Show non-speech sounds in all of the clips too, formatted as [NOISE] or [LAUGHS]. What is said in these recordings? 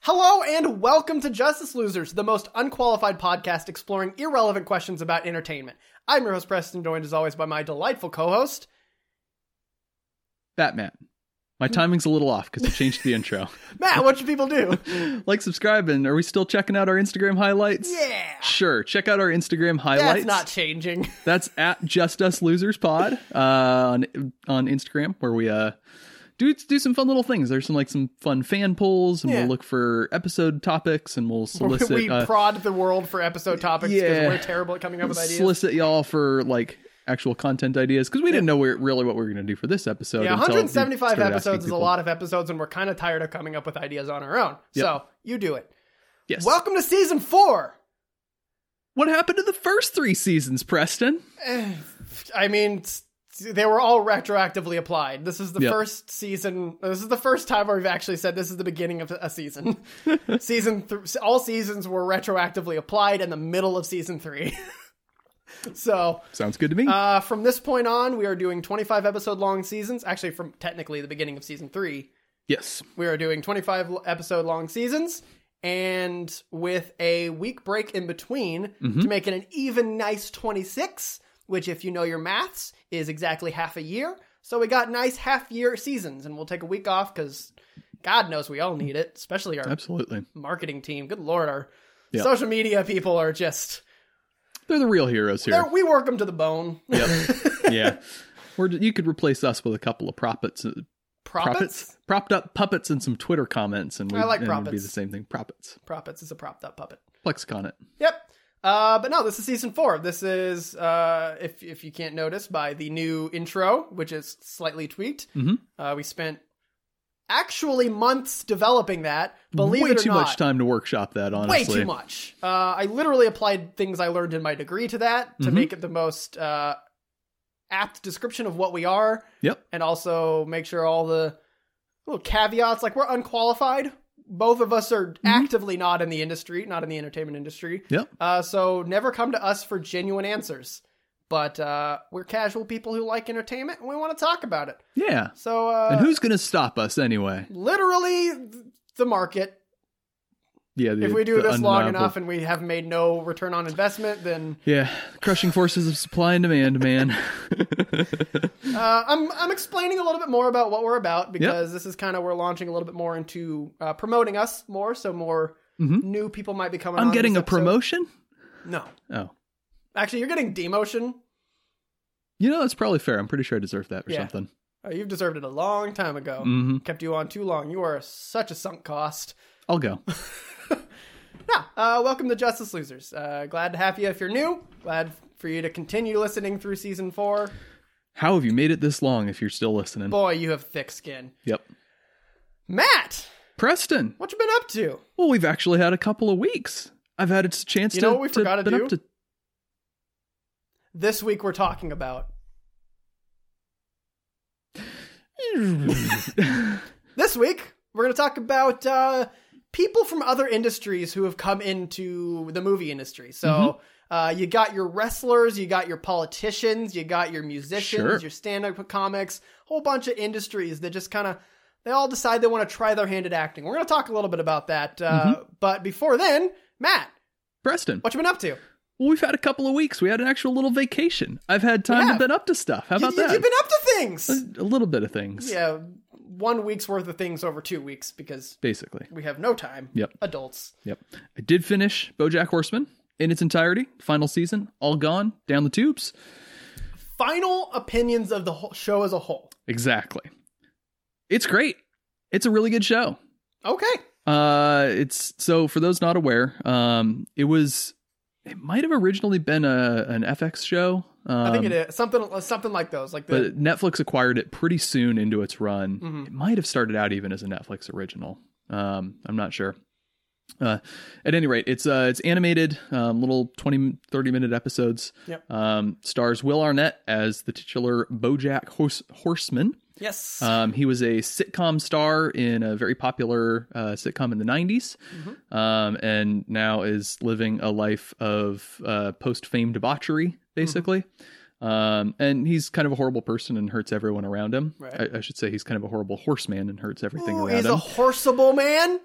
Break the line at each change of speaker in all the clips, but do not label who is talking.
Hello and welcome to Justice Losers, the most unqualified podcast exploring irrelevant questions about entertainment. I'm your host, Preston, joined as always by my delightful co host.
Batman. My
Hmm.
timing's a little off because I changed
[LAUGHS]
the intro.
Matt, what should people
[LAUGHS]
do?
like, subscribe, and are we still checking out our Instagram highlights?
Yeah.
Sure, check out our Instagram
That's
highlights.
not changing.
[LAUGHS] That's at Just Us Losers Pod uh, on on Instagram, where we uh do do some fun little things. There's some like some fun fan polls, and
Yeah.
we'll look for episode topics, and we'll
[LAUGHS]
solicit
we
uh,
prod the world for episode topics because
yeah.
we're terrible at coming up with ideas.
solicit y'all for like actual content ideas because we didn't know we really what we were going to do for this episode.
yeah,
until we
175
started asking
episodes is a
people.
lot of episodes, and we're kind of tired of coming up with ideas on our own.
Yep.
So you do it.
Yes. Well,
Welcome to season four.
what happened to the first three seasons, Preston?
I mean, s- they were all retroactively applied. This is the
Yep.
first season. This is the first time where we've actually said this is the beginning of a season. season th- all seasons were retroactively applied in the middle of season three. [LAUGHS] so
Sounds good to me.
uh, from this point on, we are doing 25 episode long seasons. Actually, from technically the beginning of season three,
yes.
we are doing 25 l- episode long seasons. And with a week break in between to make it an even nice 26, which, if you know your maths, is exactly half a year. So we got nice half year seasons, and we'll take a week off because God knows we all need it, especially our
Absolutely.
marketing team. Good Lord, our
Yeah.
social media people are just.
They're the real heroes here.
they're- We work them to the bone.
Yep. yeah. Or you could replace us with a couple of proppets,
[LAUGHS] Proppets?
proppets, propped up puppets, and some Twitter comments, and we
I like
and it'd be
proppets.
the same thing. Proppets,
Proppets is a propped up puppet.
Plexicon it.
Yep. Uh, but no, this is season four. This is, uh, if if you can't notice, by the new intro, which is slightly tweaked.
Mhm.
Uh, we spent actually months developing that. Believe
Way
it or
too
not,
much time to workshop that.
way
Honestly,
too much. Uh, I literally applied things I learned in my degree to that to
Mhm.
make it the most uh, apt description of what we are,
Yep.
and also make sure all the little caveats, like we're unqualified. Both of us are
Mm-hmm.
actively not in the industry, not in the entertainment industry.
Yep.
Uh, so never come to us for genuine answers. But uh, we're casual people who like entertainment and we want to talk about it.
Yeah.
So uh,
And who's going to stop us anyway?
literally th- the market.
Yeah. The,
If we do
the
this long
undeniable-
enough and we have made no return on investment, then
Yeah. Crushing forces of supply and demand,
[LAUGHS]
man.
uh, I'm I'm explaining a little bit more about what we're about because this is kind of we're launching a little bit more into uh, promoting us more, so more
Mhm.
new people might be coming.
I'm
on
getting
this
a
episode.
promotion.
No,
Oh.
actually, you're getting demotion.
You know that's probably fair. I'm pretty sure I deserve that or
Yeah.
something.
Uh, you've deserved it a long time ago.
hmm
Kept you on too long. You are such a sunk cost.
I'll go.
Yeah, uh, welcome to Justice Losers. Uh, glad to have you if you're new. Glad for you to continue listening through season four.
How have you made it this long? If you're still listening.
Boy, you have thick skin.
Yep.
Matt,
Preston.
what you been up to?
Well, we've actually had a couple of weeks. I've had a chance
You
to,
know what we
to
forgot to
been up
do?
to
This week we're talking about. This week we're going to talk about uh, people from other industries who have come into the movie industry. So.
Mm-hmm.
Uh, you got your wrestlers, you got your politicians, you got your musicians,
Sure.
your stand-up comics, whole bunch of industries that just kind of they all decide they want to try their hand at acting. We're going to talk a little bit about that, uh,
Mm-hmm.
but before then, Matt,
[LAUGHS] Preston.
what you been up to?
Well, we've had a couple of weeks. We had an actual little vacation. I've had time
Yeah.
to been up to stuff. How about
you,
that?
have been up to things.
a little bit of things,
yeah, one week's worth of things over two weeks because
basically.
we have no time.
Yep.
Adults.
Yep. I did finish BoJack Horseman in its entirety. Final season, all gone down the tubes.
Final opinions of the whole show as a whole.
Exactly. It's great. It's a really good show.
Okay.
Uh, it's so for those not aware, um, it was it might have originally been a an FX show. Um,
I think it is something something like those. Like the
but Netflix acquired it pretty soon into its run.
Mhm.
It might have started out even as a Netflix original. Um, I'm not sure. Uh, at any rate, it's uh, it's animated, um, little 20, 30 minute episodes.
Yep.
Um, stars Will Arnett as the titular BoJack Horse- Horseman.
yes.
Um, he was a sitcom star in a very popular uh, sitcom in the 90s, um, and now is living a life of uh, post fame debauchery, basically. Um, and he's kind of a horrible person and hurts everyone around him.
Right.
I, I should say he's kind of a horrible horseman and hurts everything
Ooh,
around
he's
him.
a horseable man.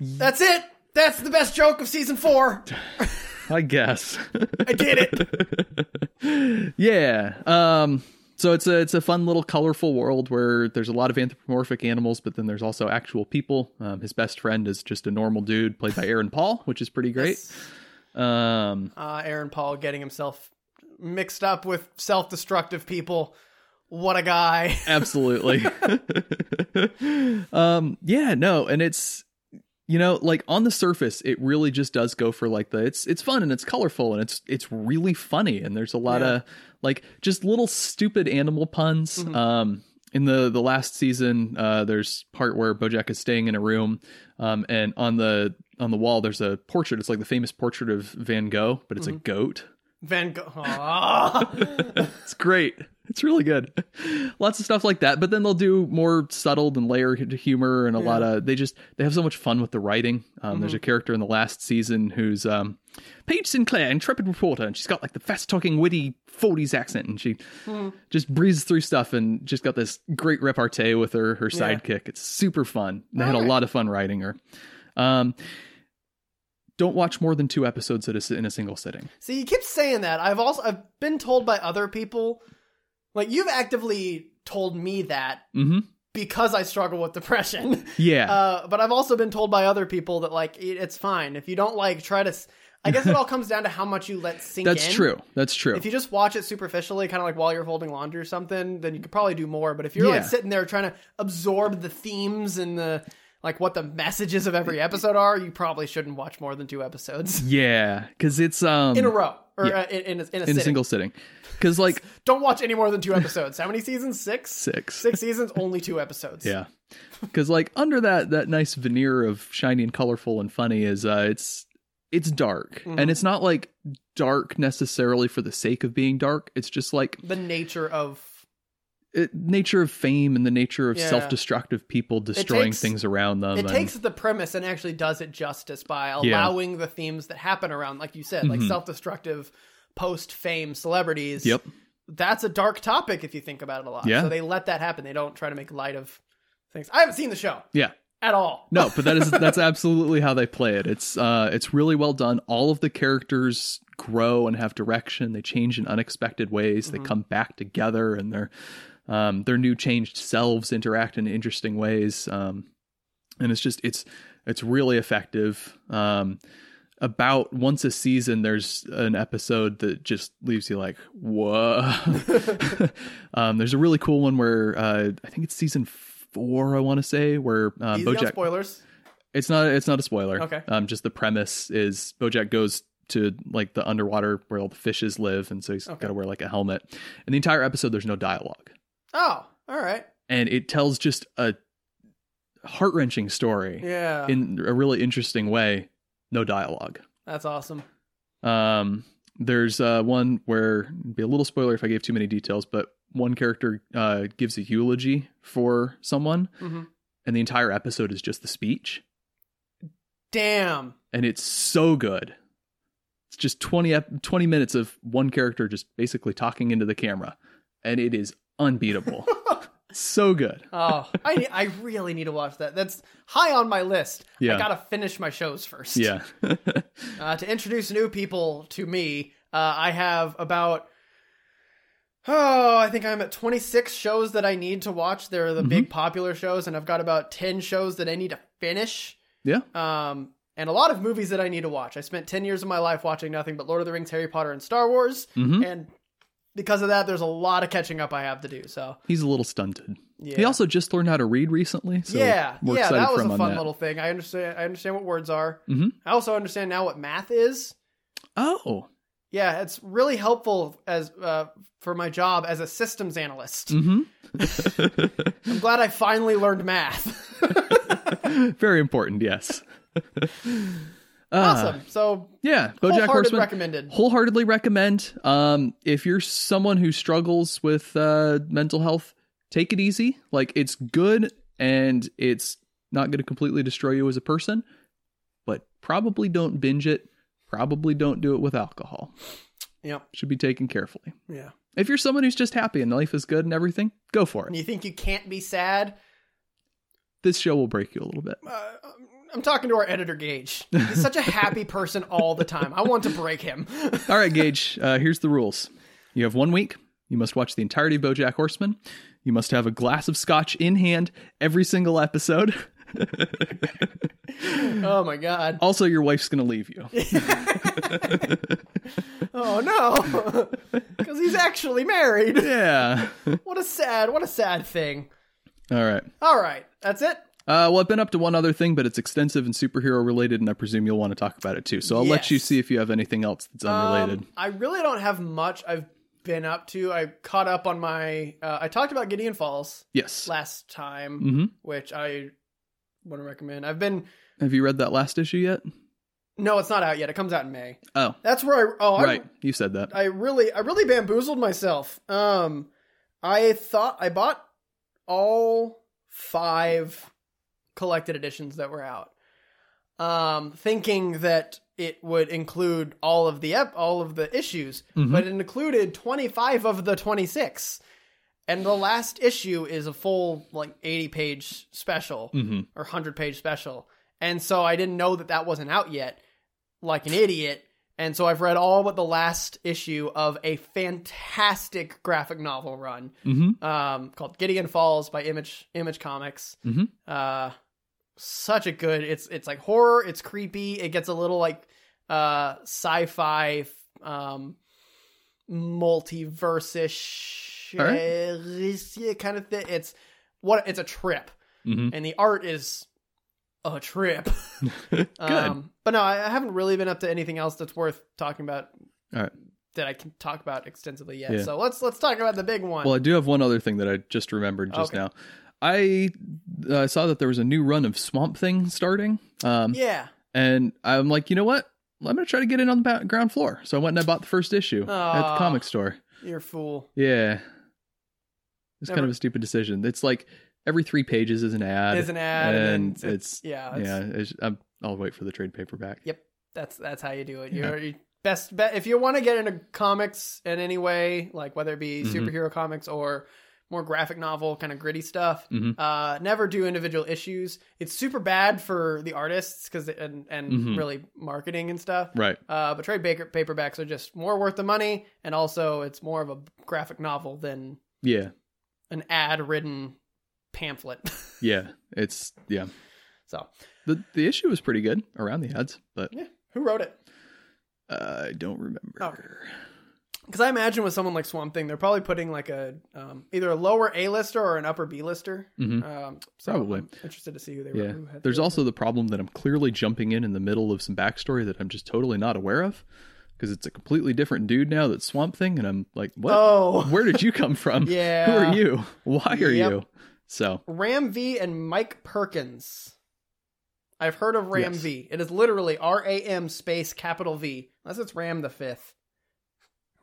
Mm.
That's it. That's the best joke of season four.
I guess. [LAUGHS]
I did it.
yeah. Um so it's a it's a fun little colorful world where there's a lot of anthropomorphic animals, but then there's also actual people. Um, his best friend is just a normal dude played by Aaron Paul, which is pretty great. Um
Uh, Aaron Paul getting himself mixed up with self destructive people. What a guy. [LAUGHS]
absolutely. um yeah, no, and it's you know, like on the surface, it really just does go for like the it's it's fun and it's colorful and it's it's really funny and there's a lot
Yeah.
of like just little stupid animal puns. Um, in the the last season, uh, there's part where BoJack is staying in a room, um, and on the on the wall there's a portrait. It's like the famous portrait of Van Gogh, but it's a goat.
Van Gogh. Aw.
[LAUGHS] It's great. It's really good. Lots of stuff like that. But then they'll do more subtle and layered humor and a lot of they just they have so much fun with the writing. Um,
Mm-hmm.
There's a character in the last season who's um, Paige Sinclair, intrepid reporter, and she's got like the fast talking, witty '40s accent, and she
Hmm.
just breezes through stuff and just got this great repartee with her her
Yeah.
sidekick. It's super fun. They had a
Alright.
lot of fun writing her. Um, don't watch more than two episodes at a, in a single sitting.
See, you keep saying that. I've also I've been told by other people, like you've actively told me that
hmm
because I struggle with depression. [LAUGHS]
Yeah.
Uh, but I've also been told by other people that like it, it's fine if you don't like try to. s- I guess it all comes down to how much you let sink in.
[LAUGHS] That's true. That's true.
If you just watch it superficially, kind of like while you're folding laundry or something, then you could probably do more. But if you're like
Yeah.
sitting there trying to absorb the themes and the like, what the messages of every episode are, you probably shouldn't watch more than two episodes [LAUGHS]
Yeah, because it's um
in a row or uh, in, in a, in a,
in a
sitting.
single sitting. Because like
Don't watch any more than two episodes. How many seasons? Six.
six,
Six seasons, only two episodes.
yeah. Because like under that that nice veneer of shiny and colorful and funny is uh it's it's dark
Mm-hmm.
and it's not like dark necessarily for the sake of being dark. It's just like
The nature of
it, nature of fame and the nature of
Yeah.
self destructive people destroying
takes-
things around them.
it
and,
takes the premise and actually does it justice by
Yeah.
allowing the themes that happen around like you said like
Mhm.
self-destructive post-fame celebrities
yep.
that's a dark topic if you think about it a lot
Yeah.
so they let that happen they don't try to make light of things i haven't seen the show
Yeah.
at all
No, but that is that's absolutely how they play it. It's uh it's really well done. All of the characters grow and have direction. They change in unexpected ways.
Mm-hmm.
They come back together and their um their new changed selves interact in interesting ways. Um and it's just it's it's really effective. Um about once a season there's an episode that just leaves you like whoa [LAUGHS] um, there's a really cool one where uh, i think it's season four i want to say where um,
Easy on
bojack
spoilers
it's not. It's not a spoiler.
Okay.
Um, just the premise is BoJack goes to like the underwater where all the fishes live, and so he's
Okay.
got to wear like a helmet. And the entire episode, there's no dialogue,
oh all right
and it tells just a heart wrenching story
yeah
in a really interesting way. No dialogue.
that's awesome
Um, there's uh, one where it'd be a little spoiler if I gave too many details, but one character uh, gives a eulogy for someone,
Mhm.
and the entire episode is just the speech.
damn
and it's so good. It's just 20, ep- 20 minutes of one character just basically talking into the camera, and it is
[LAUGHS]
unbeatable. so good.
oh i ne- i really need to watch that that's high on my list i
Yeah.
gotta finish my shows first
Yeah. [LAUGHS]
Uh, to introduce new people to me, uh, I have about oh, I think I'm at 26 shows that I need to watch. They're the big
Mm-hmm.
popular shows, and I've got about 10 shows that I need to finish.
yeah.
Um, and a lot of movies that I need to watch. I spent 10 years of my life watching nothing but Lord of the Rings, Harry Potter, and Star Wars,
Mhm.
and because of that, there's a lot of catching up I have to do. So
He's a little stunted.
yeah,
He also just learned how to read recently. So
yeah,
we're
yeah,
excited
that
for
was
him
a
on
fun
that.
little thing. I understand. I understand what words are.
Mhm.
I also understand now what math is.
Oh. [LAUGHS]
Yeah, it's really helpful as uh, for my job as a systems analyst.
Mm-hmm.
I'm glad I finally learned
[LAUGHS]
math.
Very
[LAUGHS]
important, yes. Uh,
awesome. So,
Yeah. BoJack
wholehearted
Horseman.
recommended.
wholeheartedly recommend um if you're someone who struggles with uh mental health take it easy like it's good and it's not going to completely destroy you as a person but probably don't binge it probably don't do it with alcohol
Yep.
should be taken carefully
Yeah.
if you're someone who's just happy and life is good and everything go for
And
it
you think you can't be sad?
this show will break you a little bit
Uh, I'm talking to our editor Gage. He's such a
[LAUGHS]
happy person all the time. I want to break him. [LAUGHS]
All right, Gage, [LAUGHS] uh, here's the rules. You have one week. You must watch the entirety of Bojack Horseman. You must have a glass of scotch in hand every single episode. [LAUGHS]
oh my god.
Also, your wife's going to
[LAUGHS]
leave you.
Oh no. [LAUGHS] Cuz he's actually married.
yeah. [LAUGHS]
What a sad, what a sad thing.
All right.
All right. That's it.
Uh, well, I've been up to one other thing, but it's extensive and superhero related, and I presume you'll want to talk about it too. So I'll let you
Yes.
see if you have anything else that's unrelated.
Um, I really don't have much I've been up to. I caught up on my uh, I talked about Gideon Falls
yes.
last time,
hmm
which I want to recommend. I've been
Have you read that last issue yet?
No, it's not out yet. It comes out in May.
Oh,
That's where I oh I-
right. You said that.
I really I really bamboozled myself. Um I thought I bought all five collected editions that were out. Um thinking that it would include all of the ep- all of the issues,
Mhm.
but it included 25 of the 26. And the last issue is a full like 80 page special
hmm
or 100 page special. And so I didn't know that that wasn't out yet, like an idiot. And so I've read all but the last issue of a fantastic graphic novel run
hmm
um, called Gideon Falls by Image Image Comics.
Mhm.
Uh, such a good. It's it's like horror. It's creepy. It gets a little like uh, sci-fi, um, multiverse-ish
All
kind of thing. It's what it's a trip
hmm
and the art is a trip.
[LAUGHS] Good.
Um, but no, I I haven't really been up to anything else that's worth talking about.
All right.
That I can talk about extensively yet.
Yeah.
So let's let's talk about the big one.
Well, I do have one other thing that I just remembered just
Okay.
now. I uh, saw that there was a new run of Swamp Thing starting, um,
yeah.
and I'm like, you know what? I'm gonna try to get in on the ba- ground floor. So I went and I bought the first issue at the
Aw.
comic store.
You're a fool.
Yeah, it's kind
Never-
of a stupid decision. It's like every three pages is an ad.
Is an ad and,
and
then it's,
it's-
yeah, it's,
yeah, it's, i I'll wait for the trade paperback.
Yep. That's that's how you do it.
Yeah.
You're you best bet if you want to get into comics in any way, like whether it be
Mhm.
superhero comics or more graphic novel kind of gritty stuff.
Mhm.
Uh, never do individual issues. It's super bad for the artists because and and
Mhm.
really marketing and stuff.
Right.
Uh, but trade baker, paperbacks are just more worth the money, and also it's more of a graphic novel than
Yeah.
an ad-ridden pamphlet. [LAUGHS]
Yeah. It's yeah.
so,
The the issue was pretty good around the ads, but
yeah, Oh. who wrote it?
uh, I don't remember.
Because I imagine with someone like Swamp Thing, they're probably putting like a um, either a lower A lister or an upper B lister.
hmm
Um, so
Probably.
I'm interested to see who they were.
Yeah.
Who had
There's
the-
also the problem that I'm clearly jumping in in the middle of some backstory that I'm just totally not aware of because it's a completely different dude now that's Swamp Thing. And I'm like, what?
oh
Where did you
[LAUGHS]
come from?
yeah.
Who are you? Why are
Yep.
you? So,
Ram V and Mike Perkins. I've heard of Ram
Yes.
V. It is literally R A M space capital V. Unless it's Ram the fifth.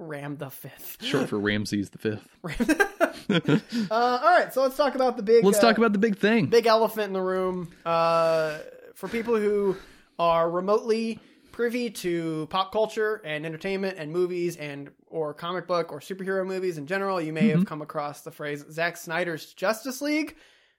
Ram the fifth. [LAUGHS]
short for Ramses the Fifth.
Ram- [LAUGHS] uh, all right, so let's talk about the big.
Let's
uh,
talk about the big thing.
big elephant in the room uh, for people who are remotely privy to pop culture and entertainment and movies and or comic book or superhero movies in general you may have come across the phrase Zack Snyder's Justice League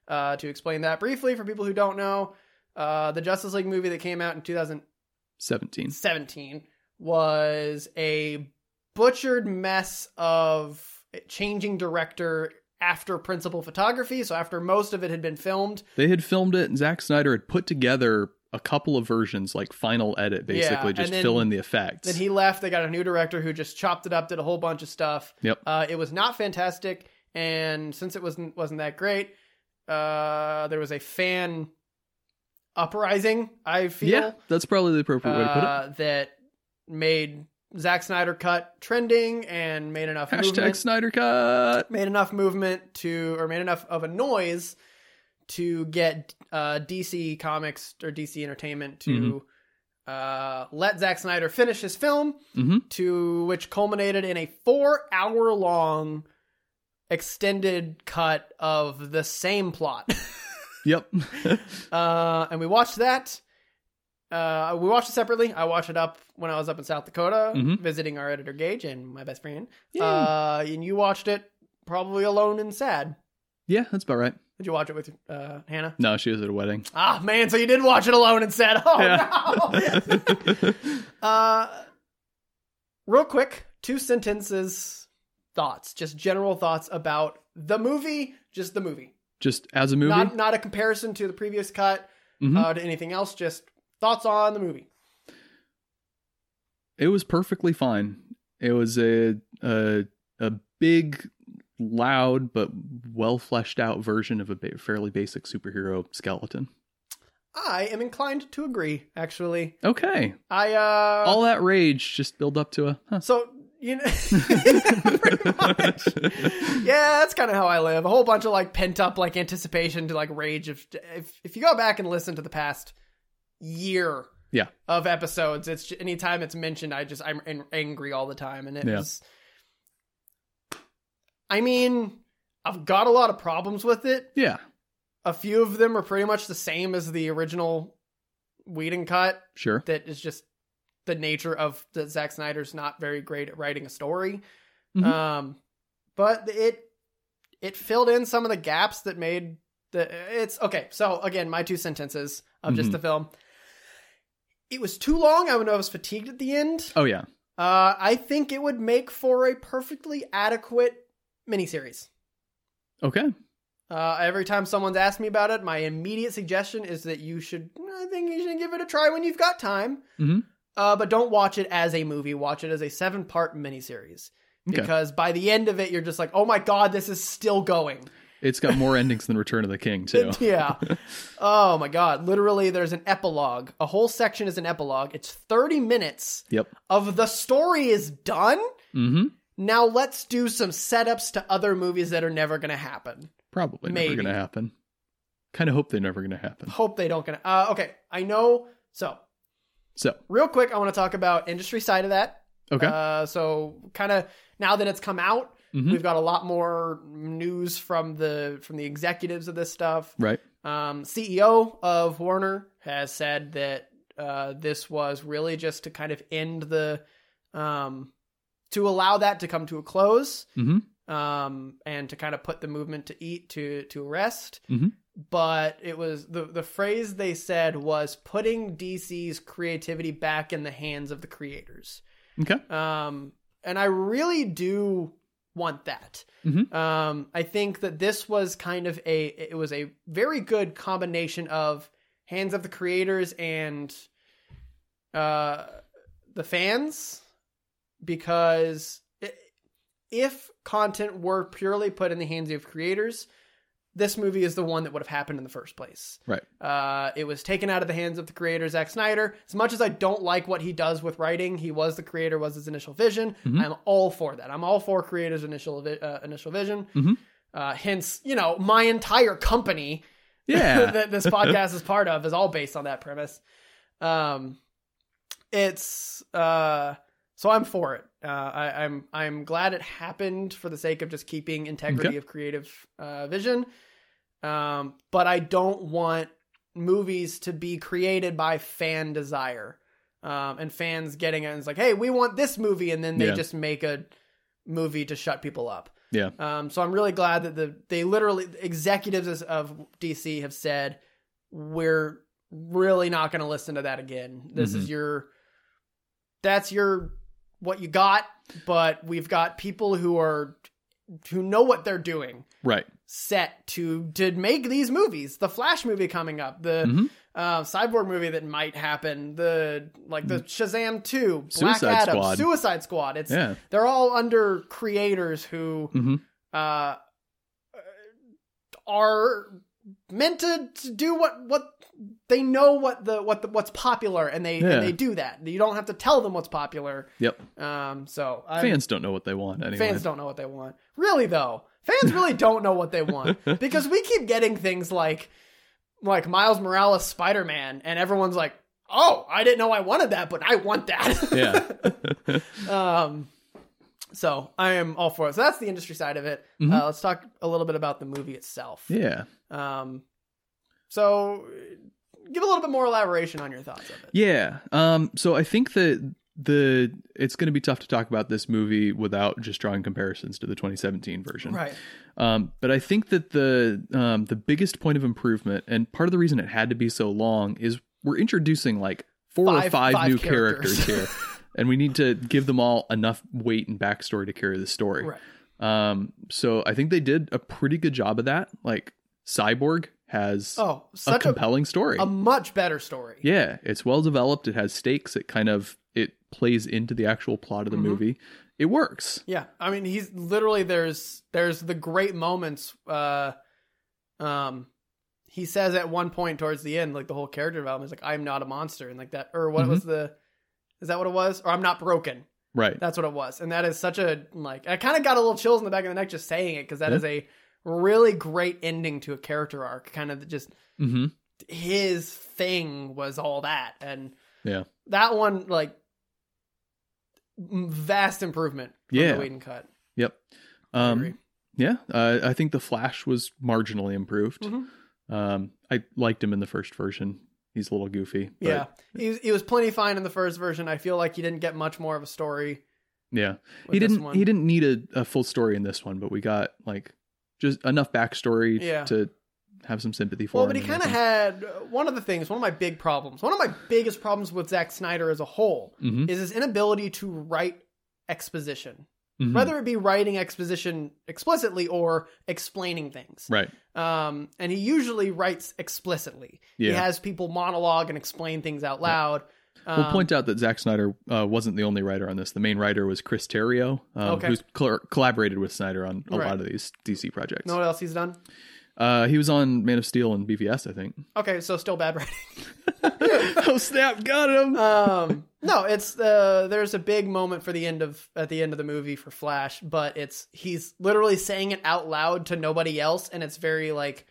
uh, to explain that briefly for people who don't know uh, the Justice League movie that came out in 2017
17.
was a butchered mess of changing director after principal photography so after most of it had been filmed
They had filmed it, and Zack Snyder had put together a couple of versions, like final edit,
Yeah,
basically,
and
just
then-
fill in the effects.
Then he left. They got a new director who just chopped it up, did a whole bunch of stuff.
Yep.
Uh, it was not fantastic, and since it wasn't wasn't that great, uh, there was a fan uprising. I feel
yeah, that's probably the appropriate way to put it.
uh, that made Zack Snyder cut trending and made enough
Hashtag
movement
Snyder Cut.
made enough movement to or made enough of a noise to get uh, DC Comics or DC Entertainment to
Mm-hmm.
uh, let Zack Snyder finish his film,
Mhm.
to which culminated in a four-hour-long extended cut of the same
[LAUGHS]
plot.
Yep. [LAUGHS]
uh, and we watched that. Uh, we watched it separately. I watched it up when I was up in South Dakota
Mhm.
visiting our editor Gage and my best friend.
Yay.
Uh, and you watched it probably alone and sad.
yeah, that's about right.
Did you watch it with uh, Hannah?
No, she was at a wedding.
Ah, man, so you did watch it alone and said, oh, no.
[LAUGHS] Yeah.
uh, real quick, two sentences, thoughts, just general thoughts about the movie, just the movie.
Just as a movie.
Not, not a comparison to the previous cut,
Mhm.
uh, to anything else, just thoughts on the movie.
it was perfectly fine. It was a a, a big, loud but well fleshed out version of a ba- fairly basic superhero skeleton.
I am inclined to agree, actually.
Okay,
I, uh.
all that rage just build up to a. Huh.
So you know, [LAUGHS]
[LAUGHS]
pretty much. Yeah, that's kind of how I live. A whole bunch of like pent up like anticipation to like rage. If if if you go back and listen to the past year,
Yeah.
of episodes, it's ju- anytime it's mentioned, I just I'm an- angry all the time, and it
Yeah.
was. I mean, I've got a lot of problems with it.
Yeah,
A few of them are pretty much the same as the original Whedon cut
sure.
that is just the nature of that Zack Snyder's not very great at writing a story.
Mhm.
Um, but it it filled in some of the gaps that made the it's okay. So again, my two sentences of just
Mhm.
the film. It was too long. I would know I was fatigued at the end.
Oh yeah,
Uh, I think it would make for a perfectly adequate miniseries.
okay.
Uh, every time someone's asked me about it, my immediate suggestion is that you should. I think you should give it a try when you've got time.
Mhm.
Uh, but don't watch it as a movie. Watch it as a seven-part miniseries
Okay.
because by the end of it, you're just like, "Oh my god, this is still going."
It's got more endings than Return of the King too.
[LAUGHS] yeah. Oh my god. Literally, there's an epilogue. A whole section is an epilogue. It's 30 minutes
Yep.
of the story is done.
Mm-hmm.
Now let's do some setups to other movies that are never going to happen.
Probably
Maybe.
never gonna happen. Kind of hope they're never gonna happen.
Hope they don't gonna. Uh, okay, I know. So
So
real quick, I want to talk about industry side of that.
okay.
Uh, so kind of now that it's come out,
Mhm.
we've got a lot more news from the from the executives of this stuff.
right.
Um, CEO of Warner has said that uh, this was really just to kind of end the um, to allow that to come to a close
Mm-hmm.
um, and to kind of put the movement to eat to to rest.
Mhm.
But it was the the phrase they said was putting DC's creativity back in the hands of the creators.
Okay.
[LAUGHS] Um, and I really do want that.
Mhm.
Um, I think that this was kind of a it was a very good combination of hands of the creators and uh the fans because i- if content were purely put in the hands of creators this movie is the one that would have happened in the first place.
Right.
Uh, it was taken out of the hands of the creator, Zack Snyder. As much as I don't like what he does with writing, he was the creator, was his initial vision.
Mhm.
I'm all for that. I'm all for creators' initial vi- uh, initial vision.
Mhm.
Uh, hence, you know, my entire company [LAUGHS]
Yeah.
that this podcast is part of is all based on that premise. Um, it's uh, so I'm for it. Uh, I, I'm I'm glad it happened for the sake of just keeping integrity
Okay.
of creative uh, vision. Um, but I don't want movies to be created by fan desire um, and fans getting it and it's like, hey, we want this movie, and then they
Yeah.
just make a movie to shut people up.
Yeah.
Um, so I'm really glad that the they literally executives as- of DC have said we're really not going to listen to that again. This
Mm-hmm.
is your that's your what you got, but we've got people who are who know what they're doing
right.
set to to make these movies. The Flash movie coming up, the
Mhm.
uh, Cyborg movie that might happen, the like the Shazam two, Black
Mm-hmm. Suicide
Adam,
Squad.
Suicide Squad. It's
Yeah.
they're all under creators who
Mm-hmm.
uh, are meant to, to do what what they know what the what the, what's popular and they
Yeah.
and they do that. You don't have to tell them what's popular.
Yep.
Um, so I'm-
Fans don't know what they want anyway.
fans don't know what they want. Really though, fans
[LAUGHS]
really don't know what they want because we keep getting things like like Miles Morales Spider Man, and everyone's like, "Oh, I didn't know I wanted that, but I want that." [LAUGHS]
yeah.
Um, so I am all for it. So that's the industry side of it.
Mhm.
Uh, let's talk a little bit about the movie itself.
yeah.
Um, so uh, give a little bit more elaboration on your thoughts of it.
Yeah. Um, so I think that the it's going to be tough to talk about this movie without just drawing comparisons to the 2017 version.
Right.
Um, but I think that the um, the biggest point of improvement, and part of the reason it had to be so long, is we're introducing like four or
Five-
five,
five
new
characters.
characters, here,
[LAUGHS]
and we need to give them all enough weight and backstory to carry the story.
Right.
Um, so I think they did a pretty good job of that. Like Cyborg has
Oh,
a
such a,
compelling story.
a much better story.
Yeah, it's well developed. It has stakes. It kind of it plays into the actual plot
Mm-hmm.
of the movie. It works.
Yeah, I mean, he's literally there's there's the great moments. Uh, um, he says at one point towards the end, like the whole character development is like, "I'm not a monster," and like that, or what
Mm-hmm.
was the, is that what it was? Or I'm not broken.
Right.
That's what it was, and that is such a like. I kind of got a little chills in the back of the neck just saying it because that
Yeah.
is a really great ending to a character arc. Kind of just
hmm
his thing was all that, and
Yeah.
that one like m- vast improvement. From
Yeah.
the Whedon cut.
Yep.
I
Um,
agree.
yeah, uh, I think the Flash was marginally improved.
Mhm.
Um, I liked him in the first version. He's a little goofy. but-
Yeah, he was, he was plenty fine in the first version. I feel like he didn't get much more of a story.
yeah.
With
He
this
didn't.
one.
He didn't need a, a full story in this one, but we got like just enough backstory
Yeah.
to have some sympathy for.
Well,
him
but he
and
kind of
everything.
had uh, one of the things. One of my big problems. One of my biggest problems with Zack Snyder as a whole
Mhm.
is his inability to write exposition,
Mhm.
whether it be writing exposition explicitly or explaining things.
Right.
Um, and he usually writes explicitly. He
Yeah.
has people monologue and explain things out loud.
We'll
Um,
point out that Zack Snyder uh, wasn't the only writer on this. The main writer was Chris Terrio, um,
Okay.
who's cl- collaborated with Snyder on a
Right.
lot of these DC projects.
know what else he's done?
Uh, he was on Man of Steel and BVS, I think.
Okay, so still bad [LAUGHS] writing.
[LAUGHS] oh snap! Got him.
um no it's uh there's a big moment for the end of at the end of the movie for flash but it's he's literally saying it out loud to nobody else and it's very like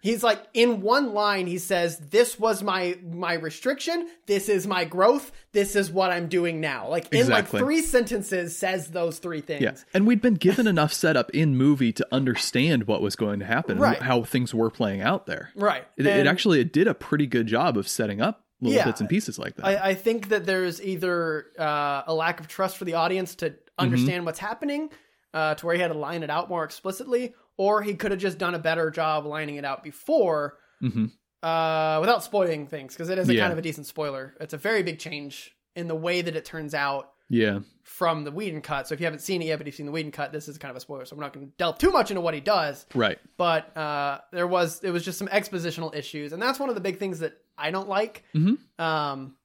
he's like in one line he says this was my my restriction this is my growth this is what i'm doing now like in
Exactly.
like three sentences says those three things
yeah, and we'd been given enough setup in movie to understand what was going to happen,
Right.
and how things were playing out there.
right
It, it
And-
actually it did a pretty good job of setting up little
Yeah.
bits and pieces like that.
I, uh, I think that there's either uh, a lack of trust for the audience to understand what's happening, uh, to where he had to line it out more explicitly, or he could have just done a better job lining it out before,
Mhm.
uh, without spoiling things, because it is a
Yeah.
kind of a decent spoiler. It's a very big change in the way that it turns out
yeah,
from the Whedon cut. So if you haven't seen it yet, but you've seen the Whedon cut, this is kind of a spoiler. So I'm not going to delve too much into what he does
right.
but uh, there was it was just some expositional issues, and that's one of the big things that I don't like.
Mhm.
Um,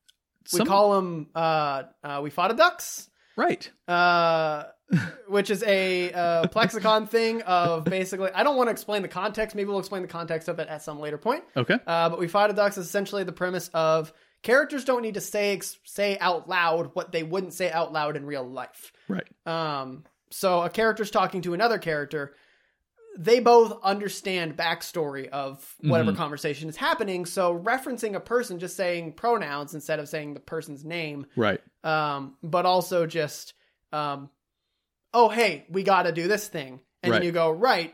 we
Some-
call them uh, uh, we fought a ducks,
Right.
uh, which is a uh, plexicon thing of basically. I don't want to explain the context. Maybe we'll explain the context of it at some later point.
Okay.
Uh, but we fought a ducks is essentially the premise of characters don't need to say ex- say out loud what they wouldn't say out loud in real life.
Right.
Um, so a character's talking to another character. They both understand backstory of whatever conversation is happening. So referencing a person, just saying pronouns instead of saying the person's name,
Right.
um, but also just, um, oh hey, we got to do this thing, and
Right.
then you go right,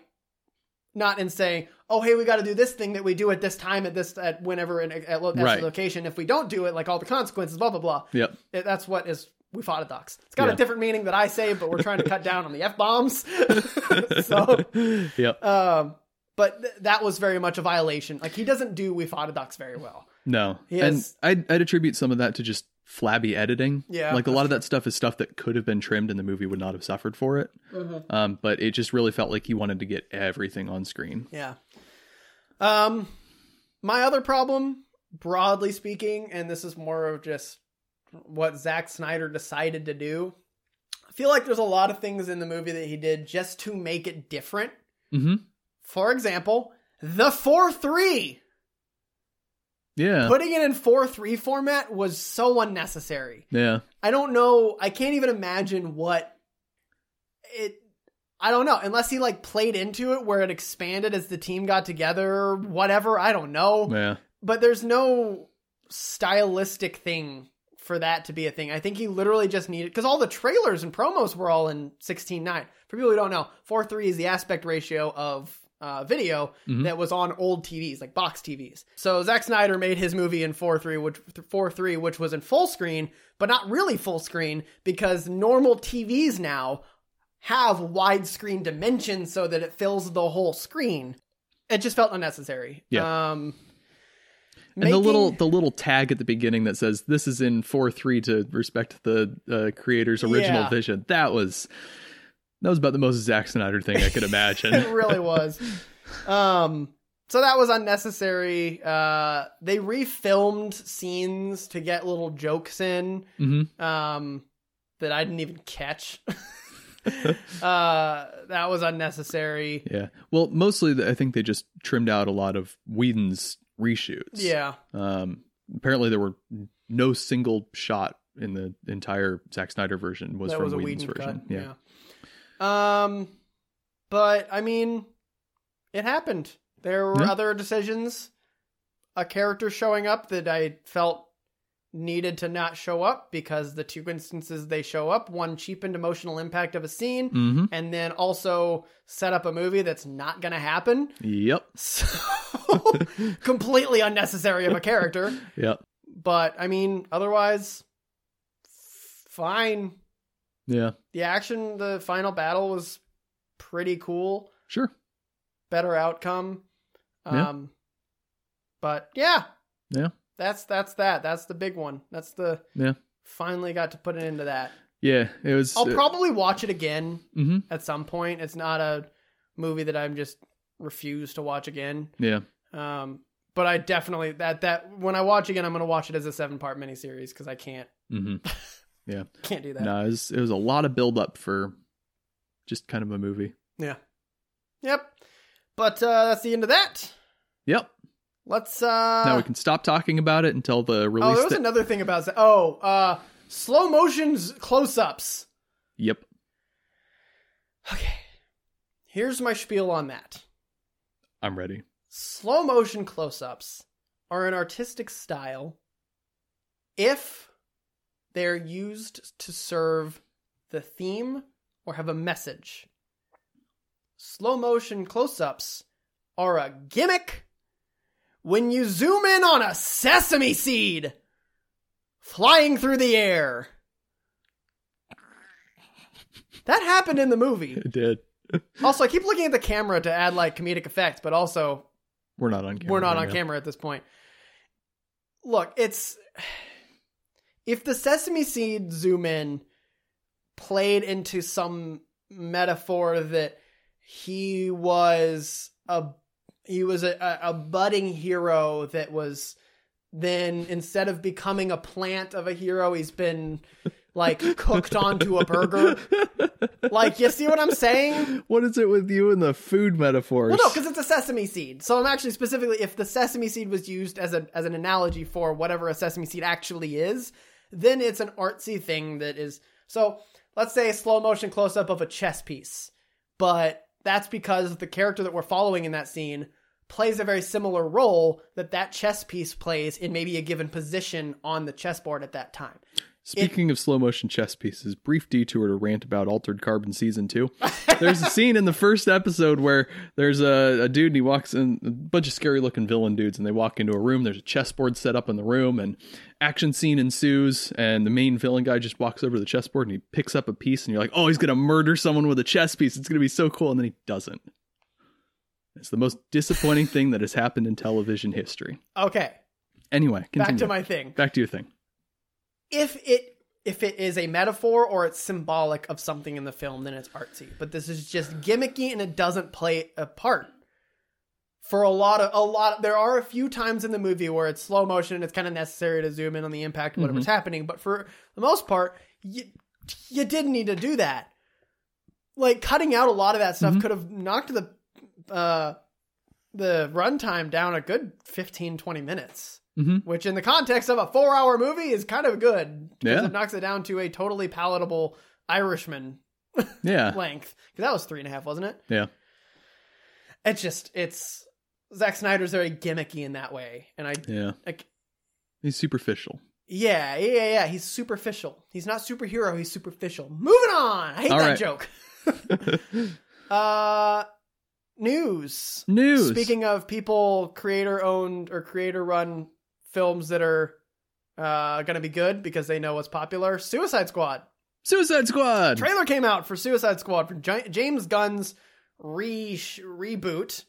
not in saying, oh hey, we got to do this thing that we do at this time at this at whenever and at, lo- at
Right.
location. If we don't do it, like all the consequences, blah blah blah
Yep.
it, that's what is we fought a ducks. It's got
Yeah.
a different meaning that I say, but we're trying to cut down on the f
[LAUGHS]
bombs. [LAUGHS] so,
yep.
um, but th- that was very much a violation. Like he doesn't do we fought a ducks very well.
No.
He
And
has-
I'd, I'd attribute some of that to just flabby editing.
Yeah,
Like a lot of that stuff is stuff that could have been trimmed and the movie would not have suffered for it.
Mm-hmm.
Um, but it just really felt like he wanted to get everything on screen.
Yeah. Um, my other problem, broadly speaking, and this is more of just what Zack Snyder decided to do. I feel like there's a lot of things in the movie that he did just to make it different.
Mm-hmm.
For example, the four three.
Yeah.
putting it in 4-3 format was so unnecessary
yeah.
i don't know i can't even imagine what it i don't know unless he like played into it where it expanded as the team got together whatever i don't know
Yeah.
but there's no stylistic thing for that to be a thing i think he literally just needed because all the trailers and promos were all in 16-9 for people who don't know 4-3 is the aspect ratio of uh, uh, video
Mm-hmm.
that was on old TVs, like box TVs. So Zack Snyder made his movie in four three, which four three, which was in full screen, but not really full screen because normal TVs now have widescreen dimensions so that it fills the whole screen. It just felt unnecessary.
Yeah.
Um,
And the little the little tag at the beginning that says this is in four three to respect the uh, creator's original
Yeah.
vision. That was that was about the most Zack Snyder thing I
[LAUGHS]
could
it
imagine.
really was. Um, so that was unnecessary. Uh, they refilmed scenes to get little jokes in
hmm
um, that I didn't even catch. [LAUGHS] uh, that was unnecessary.
Yeah. Well, mostly the, I think they just trimmed out a lot of Whedon's reshoots.
Yeah,
Um, apparently, there were no single shot in the entire Zack Snyder version was
that
from
was a
Whedon's
Whedon
version.
cut. Yeah. Um, but I mean, it happened. There were
Yeah.
other decisions. A character showing up that I felt needed to not show up because the two instances they show up, one cheapened emotional impact of a scene,
Mm-hmm.
and then also set up a movie that's not going to happen. [LAUGHS]
Yep. [LAUGHS]
So completely unnecessary of a character.
Yep.
But I mean, otherwise, fine.
Yeah.
The action, the final battle was pretty cool.
Sure.
Better outcome. Um,
Yeah.
but yeah,
Yeah.
that's that's that. That's the big one. That's the
Yeah.
Finally got to put it into that.
Yeah. It was. uh,
I'll probably watch it again
hmm
at some point. It's not a movie that I'm just refuse to watch again.
Yeah.
Um, but I definitely that that when I watch again, I'm gonna watch it as a seven part miniseries because I can't
hmm
can't do that.
No, it was, it was a lot of build up for just kind of a movie.
Yep. But uh, that's the end of that.
Yep.
Let's uh
now we can stop talking about it until the
Oh,
release.
there was
that-
another thing about that. Oh, uh slow motions close ups.
yep.
Okay. Here's my spiel on that.
I'm ready.
Slow motion close ups are an artistic style if they're used to serve the theme or have a message. Slow motion close ups are a gimmick when you zoom in on a sesame seed flying through the air. That happened in the movie.
It did.
Also, I keep looking at the camera to add like comedic effects, but also
We're not on camera.
we're not
right
on
now.
camera at this point. Look, it's if the sesame seed zoom in played into some metaphor that he was a he was a, a, a budding hero that was then instead of becoming a plant of a hero, he's been like cooked onto a
[LAUGHS]
burger. Like, you see what I'm saying?
What is it with you and the food metaphors?
Well, no, because it's a sesame seed. So I'm actually specifically, if the sesame seed was used as a as an analogy for whatever a sesame seed actually is, then it's an artsy thing that is. So let's say a slow motion close up of a chess piece, but that's because the character that we're following in that scene plays a very similar role that that chess piece plays in maybe a given position on the chessboard at that time.
Speaking of slow motion chess pieces, brief detour to rant about Altered Carbon season two.
[LAUGHS]
There's a scene in the first episode where there's a, a dude and he walks in, a bunch of scary looking villain dudes, and they walk into a room. There's a chessboard set up in the room, and action scene ensues. And the main villain guy just walks over to the chessboard and he picks up a piece, and you're like, oh, he's gonna murder someone with a chess piece. It's gonna be so cool, and then he doesn't. It's the most disappointing thing that has happened in television history.
Okay,
Anyway, continue.
back to my thing.
back to your thing.
if it if it is a metaphor or it's symbolic of something in the film, then it's artsy. But this is just gimmicky and it doesn't play a part. For a lot of a lot, there are a few times in the movie where it's slow motion and it's kind of necessary to zoom in on the impact of whatever's happening. But for the most part, you you didn't need to do that. Like cutting out a lot of that stuff could have knocked the uh, the runtime down a good 15, 20 minutes
Mm-hmm.
which in the context of a four hour movie is kind of good because
Yeah.
it knocks it down to a totally palatable
[LAUGHS]
irishman
Yeah.
length because that was three and a half wasn't it
Yeah.
it's just it's Zack snyder's very gimmicky in that way and i
Yeah.
like [LAUGHS]
He's superficial.
yeah yeah yeah yeah, he's superficial he's not superhero he's superficial moving on i hate
All
that
right.
joke uh News.
News.
Speaking of people creator owned or creator run films that are uh, going to be good because they know what's popular, Suicide Squad.
Suicide Squad.
Trailer came out for Suicide Squad from J- James Gunn's re- sh- reboot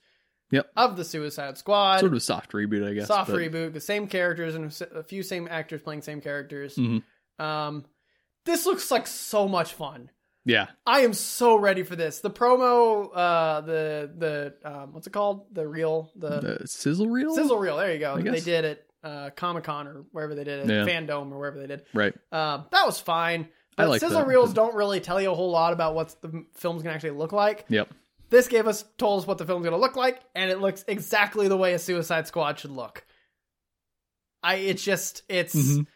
Yep.
of the Suicide Squad.
sort of a soft reboot, I guess.
Soft
but-
reboot, the same characters and a few same actors playing same characters.
Mhm.
Um, this looks like so much fun.
Yeah.
I am so ready for this. The promo, uh, the the um, what's it called? The reel, the,
The sizzle reel.
Uh, sizzle reel. There you go.
I
They
guess.
did it. Uh, Comic Con or wherever they did it,
Yeah.
Fandom or wherever they did.
Right.
Um, that was fine.
I
But
like
sizzle
that.
reels don't really tell you a whole lot about what the film's gonna actually look like.
Yep.
This gave us told us what the film's gonna look like, and it looks exactly the way a Suicide Squad should look. I it's just it's
Mhm.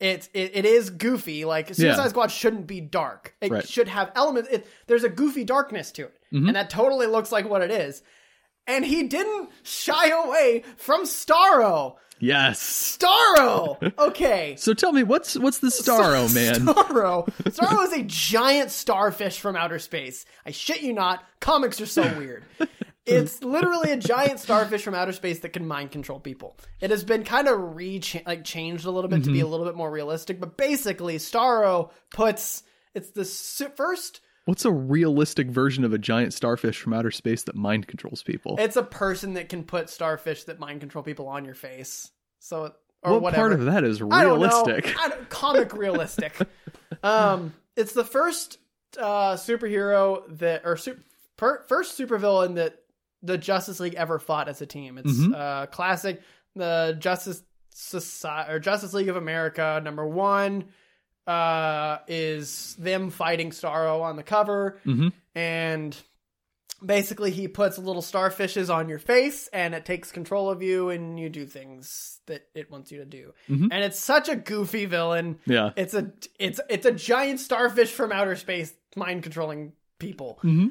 it's it, it is goofy. Like Suicide
Yeah.
Squad shouldn't be dark. It
Right.
should have elements. It, there's a goofy darkness to it,
Mhm.
and that totally looks like what it is. And he didn't shy away from Starro.
Yes. [LAUGHS]
Starro. Okay.
So tell me, what's what's
[LAUGHS]
the Starro man?
Starro. Starro is a giant starfish from outer space. I shit you not. Comics are so
[LAUGHS]
weird. It's literally a giant starfish from outer space that can mind control people. It has been kind of re like changed a little bit to be a
Mm-hmm.
little bit more realistic, but basically Starro puts it's the su- first.
What's a realistic version of a giant starfish from outer space that mind controls people?
It's a person that can put starfish that mind control people on your face. So or
what
whatever.
part of that is
I don't know. [LAUGHS]
realistic?
I don't- comic realistic. Um, it's the first uh, superhero that or su- per, first supervillain that the Justice League ever fought as a team. It's
Mhm.
uh, classic the Justice Society or Justice League of America number one uh, is them fighting Starro on the cover
hmm
and basically he puts little starfishes on your face and it takes control of you and you do things that it wants you to do
Mhm.
and it's such a goofy villain
Yeah.
it's a it's it's a giant starfish from outer space mind controlling people
hmm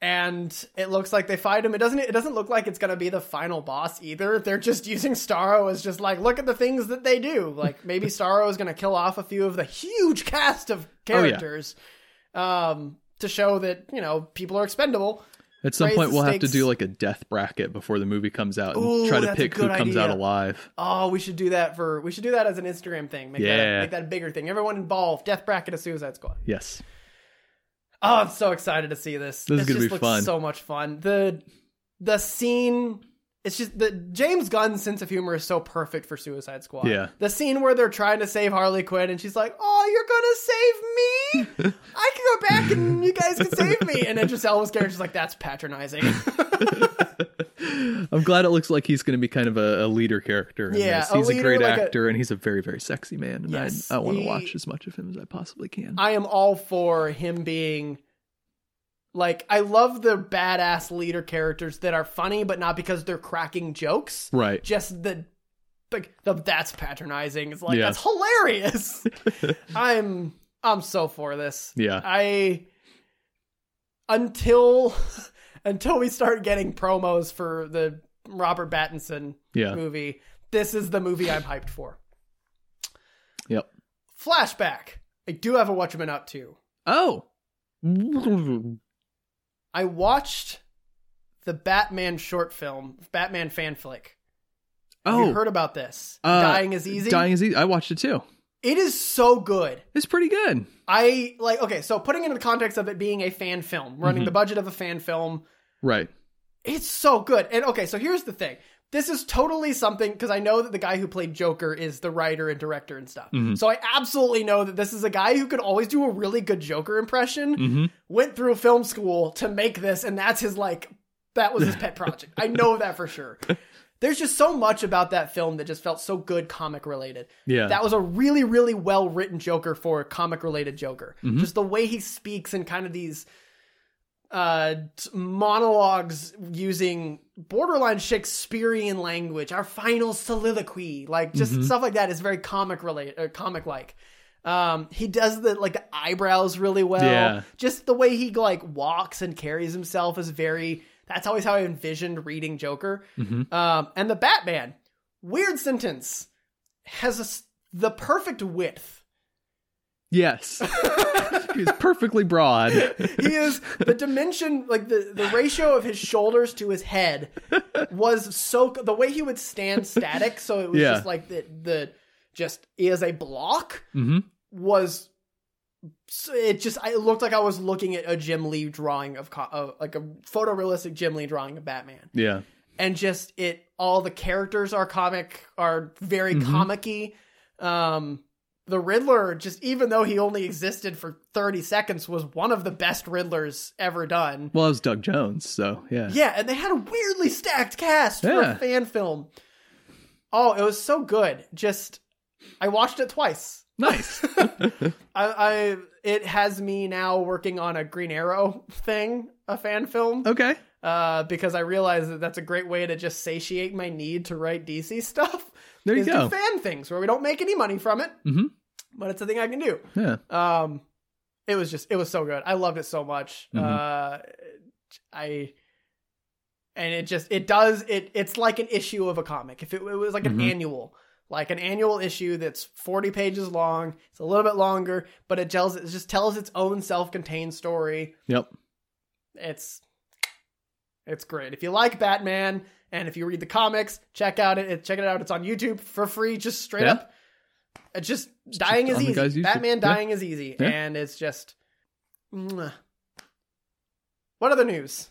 and it looks like they fight him it doesn't it doesn't look like it's gonna be the final boss either they're just using starro as just like look at the things that they do like maybe starro is gonna kill off a few of the huge cast of
Oh, yeah.
characters um to show that you know people are expendable
At some
Raise
point,
the
we'll have to
stakes.
do like a death bracket before the movie comes out and
Ooh,
try to
that's a
pick who
good
comes out
idea.
alive.
oh we should do that for we should do that as an instagram thing make that
Yeah.
make that a bigger thing everyone involved death bracket of suicide squad
Yes.
Oh, I'm so excited to see this.
This is gonna
just
be
looks
fun.
So much fun. The the scene. It's just the James Gunn's sense of humor is so perfect for Suicide Squad.
Yeah.
The scene where they're trying to save Harley Quinn and she's like, "Oh, you're gonna
[LAUGHS]
save me? I can go back and you guys can save me." And Idris Elba's character's like, "That's patronizing." [LAUGHS]
I'm glad it looks like he's going to be kind of a, a leader character. In
Yeah,
this.
a
He's a,
leader,
great
like a-
actor, and he's a very, very sexy man. And
Yes,
I, I want to
he-
watch as much of him as I possibly can.
I am all for him being like I love the badass leader characters that are funny, but not because they're cracking jokes.
right.
just the like the, that's patronizing. It's like
Yeah.
that's
[LAUGHS]
hilarious. I'm I'm so for this.
Yeah.
I until [LAUGHS] until we start getting promos for the Robert Pattinson
Yeah.
movie, this is the movie I'm hyped for.
Yep.
Flashback. I do have a Watchmen up to.
Oh.
I watched the Batman short film, Batman fan flick. Have
Oh.
you heard about this?
uh,
Dying is easy.
Dying is easy. I watched it too.
It is so good.
It's pretty good.
I like okay, so putting it in the context of it being a fan film, running
Mhm.
the budget of a fan film,
Right.
it's so good. And okay, so here's the thing. This is totally something because I know that the guy who played Joker is the writer and director and stuff.
Mhm.
So I absolutely know that this is a guy who could always do a really good Joker impression.
Mm-hmm.
Went through film school to make this, and that's his like that was his pet project. I know that for sure. There's just so much about that film that just felt so good comic related.
Yeah.
That was a really, really well written Joker for a comic related Joker.
Mm-hmm.
Just the way he speaks and kind of these uh, t- monologues using borderline Shakespearean language, our final soliloquy, like just stuff like that is very comic related, or comic like. Um, he does the like the eyebrows really well.
Yeah.
Just the way he like walks and carries himself is very. That's always how I envisioned reading Joker. Um, and the Batman, weird sentence, has a s the perfect width. [LAUGHS]
Yes. He's perfectly broad. Mm-hmm.
he is the dimension like the the ratio of his shoulders to his head was so the way he would stand static so it was
Yeah.
just like the the just is a block
hmm
was so it just I, it looked like I was looking at a Jim Lee drawing of, co- of like a photorealistic Jim Lee drawing of Batman
Yeah.
and just it all the characters are comic are very
Mhm.
comicky um the riddler just even though he only existed for 30 seconds was one of the best riddlers ever done
Well, it was Doug Jones, so yeah.
yeah and they had a weirdly stacked cast for
Yeah.
a fan film oh it was so good just i watched it twice [LAUGHS]
Nice.
i i it has me now working on a green arrow thing a fan film
okay.
uh, because I realize that that's a great way to just satiate my need to write DC stuff.
There you
is
go.
Do fan things where we don't make any money from it,
Mhm.
but it's a thing I can do.
Yeah.
Um, it was just, it was so good. I loved it so much.
Mm-hmm.
Uh, I, and it just, it does, it, it's like an issue of a comic. If it, it was like
Mhm.
an annual, like an annual issue that's 40 pages long, it's a little bit longer, but it tells, it just tells its own self-contained story
Yep.
it's it's great. If you like Batman and if you read the comics, check out it. Check it out. It's on YouTube for free, just straight
Yeah.
up. It's just dying
check it
is
on the guy's
easy.
YouTube.
Batman
Yeah.
dying is easy,
Yeah.
and it's just. Mwah. What other news?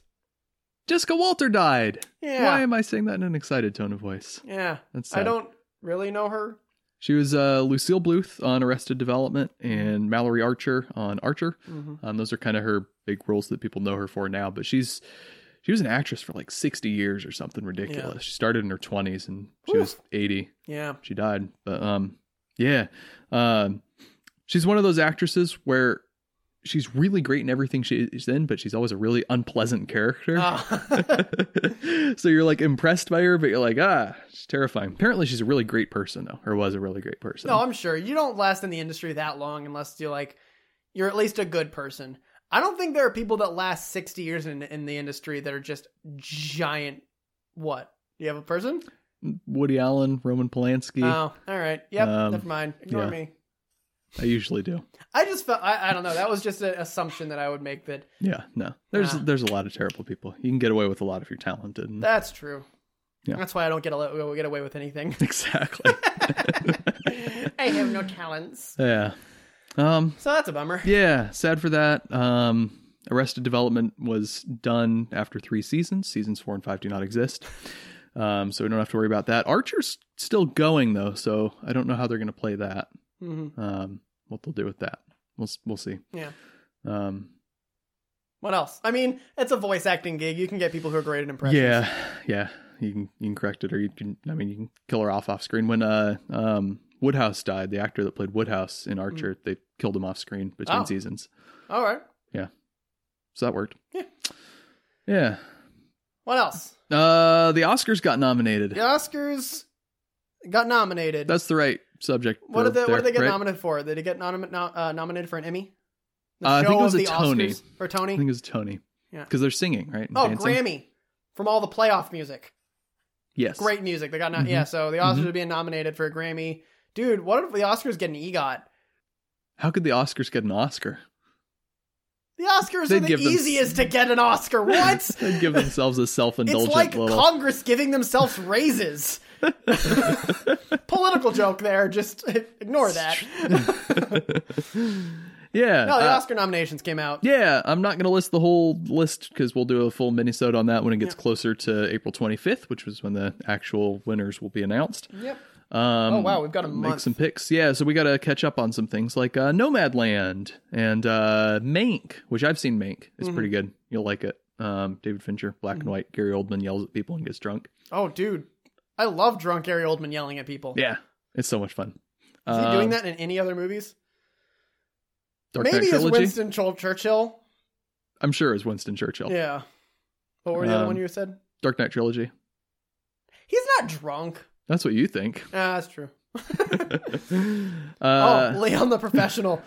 Jessica Walter died.
Yeah,
Why am I saying that in an excited tone of voice?
yeah.
That's sad.
I don't really know her.
She was uh, Lucille Bluth on Arrested Development and Mallory Archer on Archer.
Mhm.
Um, those are kind of her big roles that people know her for now. But she's she was an actress for like sixty years or something ridiculous. She started in her twenties and she was eighty.
Yeah,
She died, but um, yeah, um, she's one of those actresses where she's really great in everything she's in, but she's always a really unpleasant character.
[LAUGHS]
[LAUGHS]
Ah.
so you're like impressed by her, but you're like, ah, she's terrifying. Apparently, she's a really great person though, or was a really great person.
no, I'm sure you don't last in the industry that long unless you're like you're at least a good person. I don't think there are people that last 60 years in in the industry that are just giant. What? Do you have a person?
Woody Allen, Roman Polanski.
Oh, all right. Yep.
Um,
never mind. Ignore
yeah.
me.
I usually do.
I just felt I, I don't know. That was just an assumption that I would make that
Yeah, no. There's
Ah.
there's a lot of terrible people. You can get away with a lot if you're talented. and-
that's true.
Mm. Yeah.
That's why I don't get a, get away with
[LAUGHS]
anything.
[LAUGHS]
[LAUGHS]
exactly.
I have no talents.
yeah. Um.
So that's a bummer.
Yeah. Sad for that. Um. Arrested Development was done after three seasons. Seasons four and five do not exist. Um. So we don't have to worry about that. Archer's still going though, so I don't know how they're going to play that.
hmm
Um. What they'll do with that. We'll s- we'll see.
Yeah.
Um.
What else? I mean, it's a voice acting gig. You can get people who are great at impressions.
Yeah, yeah. You can you can correct it, or you can. I mean, you can kill her off off screen. When uh um Woodhouse died, the actor that played Woodhouse in Archer, they killed him off screen between
Mm. Oh.
seasons,
All right.
so that worked.
Yeah.
yeah.
What else?
Uh, the Oscars got nominated.
The Oscars got nominated.
That's the right subject.
what did they, what
there,
did they get
right?
nominated for? Did it get nom- no, uh, nominated for an Emmy? The
Uh, I think it
show
was
of
a Tony.
Oscars? Or
I
Tony?
think it was Tony.
Yeah.
because they're singing, right? and
oh,
dancing.
Grammy from all the playoff music.
Yes,
Great music. They got not
Mhm.
yeah. So the Oscars
Mhm.
are being nominated for a Grammy. Dude, what if the Oscars get an EGOT?
How could the Oscars get an Oscar?
The Oscars
They'd
are the
give them-
easiest to get an
[LAUGHS]
Oscar. What?
They give themselves a
it's
self-indulgent
like
little.
Congress giving themselves
[LAUGHS]
raises. Political joke there. Just [LAUGHS] ignore that.
[LAUGHS] yeah.
[LAUGHS] No, the
uh,
Oscar nominations came out.
Yeah, I'm not going to list the whole list because we'll do a full minisode on that when it gets closer to April 25th, which was when the actual winners will be announced.
Yep.
Um,
Oh wow, we've got a
Make
month.
some picks. Yeah, so we got to catch up on some things like uh, Nomadland and uh, Mank, which I've seen Mank. It's
Mm-hmm.
pretty good. You'll like it. Um, David Fincher, black and white. Gary Oldman yells at people and gets drunk.
Oh, dude, I love drunk Gary Oldman yelling at people.
Yeah, it's so much fun. Um,
Is he doing that in any other movies?
Dark Knight
Maybe it's
trilogy.
Winston Chol- Churchill.
I'm sure it's Winston Churchill.
Yeah. What were the other
Um,
one you said?
Dark Knight trilogy.
He's not drunk.
That's what
[LAUGHS]
you think. [LAUGHS]
Ah, that's true.
Uh,
oh, Leon the
[LAUGHS]
Professional.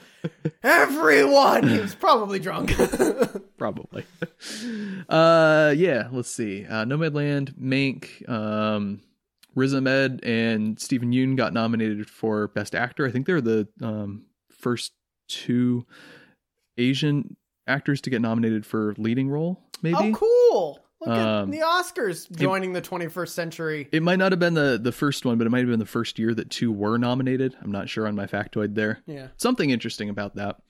Everyone! He was probably drunk. [LAUGHS]
probably. Uh, yeah. Let's see. Uh, Nomadland, Mank, um, Riz Ahmed, and Stephen Yoon got nominated for Best Actor. I think they're the um, first two Asian actors to get nominated for leading role. Maybe
Oh, cool! Look at
Um,
the Oscars joining the 21st century.
It might not have been the the first one, but it might have been the first year that two were nominated. I'm not sure on my factoid there.
Yeah.
Something interesting about that.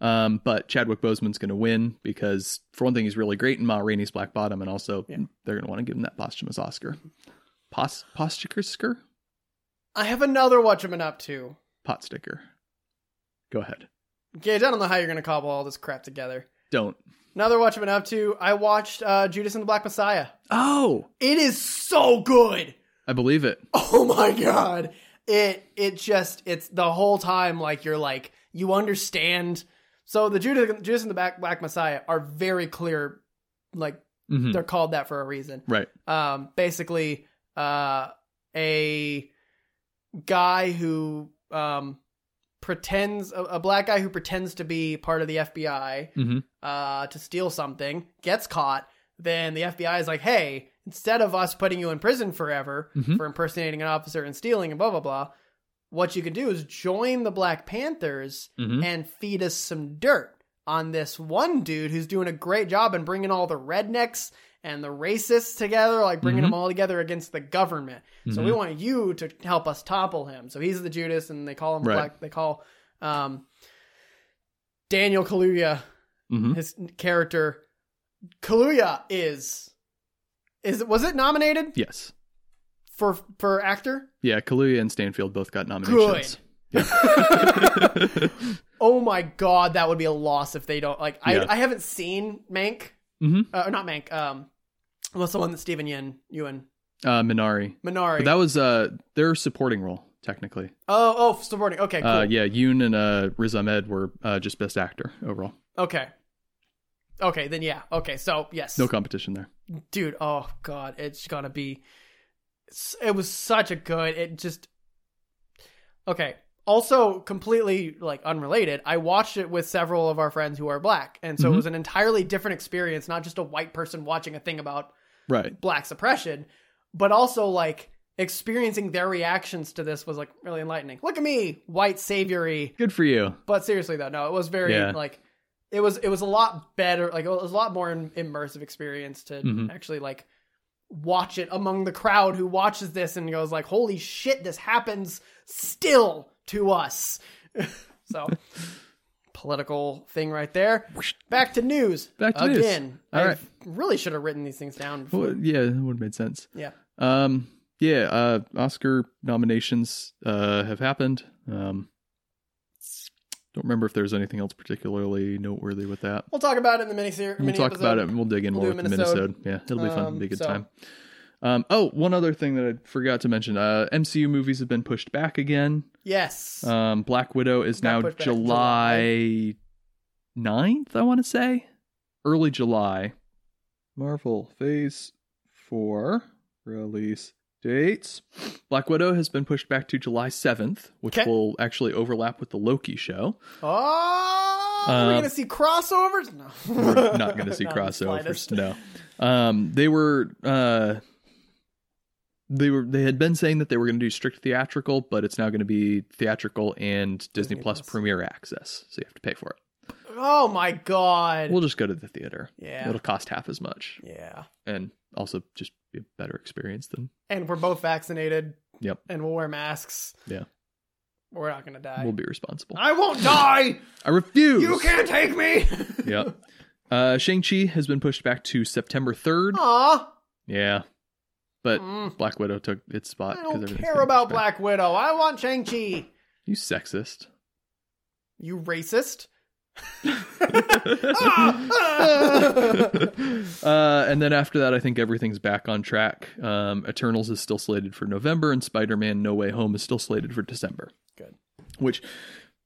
Um, but Chadwick Boseman's going to win because, for one thing, he's really great in Ma Rainey's Black Bottom, and also
Yeah.
they're going to want to give him that posthumous Oscar. Pos posthumous
I have another what you've been up to.
pot sticker. Go ahead.
Gage, I don't know how you're gonna cobble all this crap together.
Don't.
Another what you've been up to. I watched uh, Judas and the Black Messiah.
Oh,
It is so good. [LAUGHS]
I believe it.
Oh my god. It it just it's the whole time like you're like you understand. So the Judas, Judas and the Black, Black Messiah are very clear, like
Mhm.
they're called that for a reason.
Right.
um, basically uh, a guy who um, pretends a, a black guy who pretends to be part of the FBI
Mhm.
uh, to steal something gets caught. Then the FBI is like, "Hey, instead of us putting you in prison forever
Mhm.
for impersonating an officer and stealing and blah blah blah, what you can do is join the Black Panthers
Mhm.
and feed us some dirt on this one dude who's doing a great job in bringing all the rednecks and the racists together, like bringing
Mhm.
them all together against the government. So we
Mhm.
want you to help us topple him. So he's the Judas, and they call him
Right.
Black. They call um, Daniel Kaluuya,
Mhm.
his character. Kaluuya is is was it nominated
Yes.
for for actor?
Yeah. Kaluuya and Stanfield both got nominations. [LAUGHS] Yeah.
Oh my god, that would be a loss if they don't like. I
Yeah.
I haven't seen Mank,
Mhm.
uh, or not Mank. Um, what's the one that Stephen Yen, Ewan
uh, Minari.
Minari?
But that was uh their supporting role technically.
oh, oh, supporting. Okay, cool.
Uh, yeah, Yoon and uh, Riz Ahmed were uh, just best actor overall.
Okay, okay, then yeah. Okay, so yes,
No competition there.
dude. Oh god, it's gonna be. it's- It was such a good. It just. Okay. Also, completely like unrelated. I watched it with several of our friends who are black, and so it
Mhm.
was an entirely different experience. Not just a white person watching a thing about
Right.
black suppression, but also like experiencing their reactions to this was like really enlightening. Look at me, white saviory.
Good for you.
But seriously though, no, it was very
Yeah.
like it was it was a lot better, like it was a lot more im- immersive experience to
Mhm.
actually like watch it among the crowd who watches this and goes like, "Holy shit, this happens still to us." [LAUGHS] so political thing right there. Back to news.
Back to news.
Again,
All
I
right.
really should have written these things down. Before.
Well, yeah, that would have made sense.
Yeah.
Um. Yeah. Uh. Oscar nominations uh have happened. Um. Don't remember if there's anything else particularly noteworthy with that.
We'll talk about it in the mini series.
We'll talk about it. and We'll dig in
We'll
more
do
with the
Minnesota.
Minnesota. Yeah, it'll be fun.
Um,
it'll be a good
so-
time. Um. Oh, one other thing that I forgot to mention. Uh. MCU movies have been pushed back again.
Yes.
Um, Black Widow is
Got
now
pushed back to
July 9th, I want to say. Early July. Marvel Phase 4 release dates. Black Widow has been pushed back to July 7th, which
Okay.
will actually overlap with the Loki
[LAUGHS]
show.
oh, we're
um,
gonna see crossovers. No,
We're
[LAUGHS]
not going to see
Not the
crossovers.
slightest.
No. Um, they were. Uh, they were they had been saying that they were going to do strict theatrical, but it's now going to be theatrical and Disney,
Disney
Plus
Plus.
premiere access, so you have to pay for it.
Oh my god.
We'll just go to the theater.
yeah.
It'll cost half as much
Yeah.
and also just be a better experience than
And we're both vaccinated.
Yep.
And we'll wear masks.
Yeah.
We're not gonna die.
we'll be responsible.
I won't
[LAUGHS]
die.
I refuse.
you can't take
[LAUGHS]
me.
Yep. Uh, Shang-Chi has been pushed back to September 3rd.
Aw.
Yeah. But
Oh. Mm.
Black Widow took its spot.
I
'cause
don't
everything's
care
getting
about
pushed back.
Black Widow. I want Shang Chi.
You sexist.
You
[LAUGHS]
racist. Ah! Ah!
[LAUGHS] uh, and then after that, I think everything's back on track. Um, Eternals is still slated for November, and Spider Man No Way Home is still slated for December.
Good.
Which,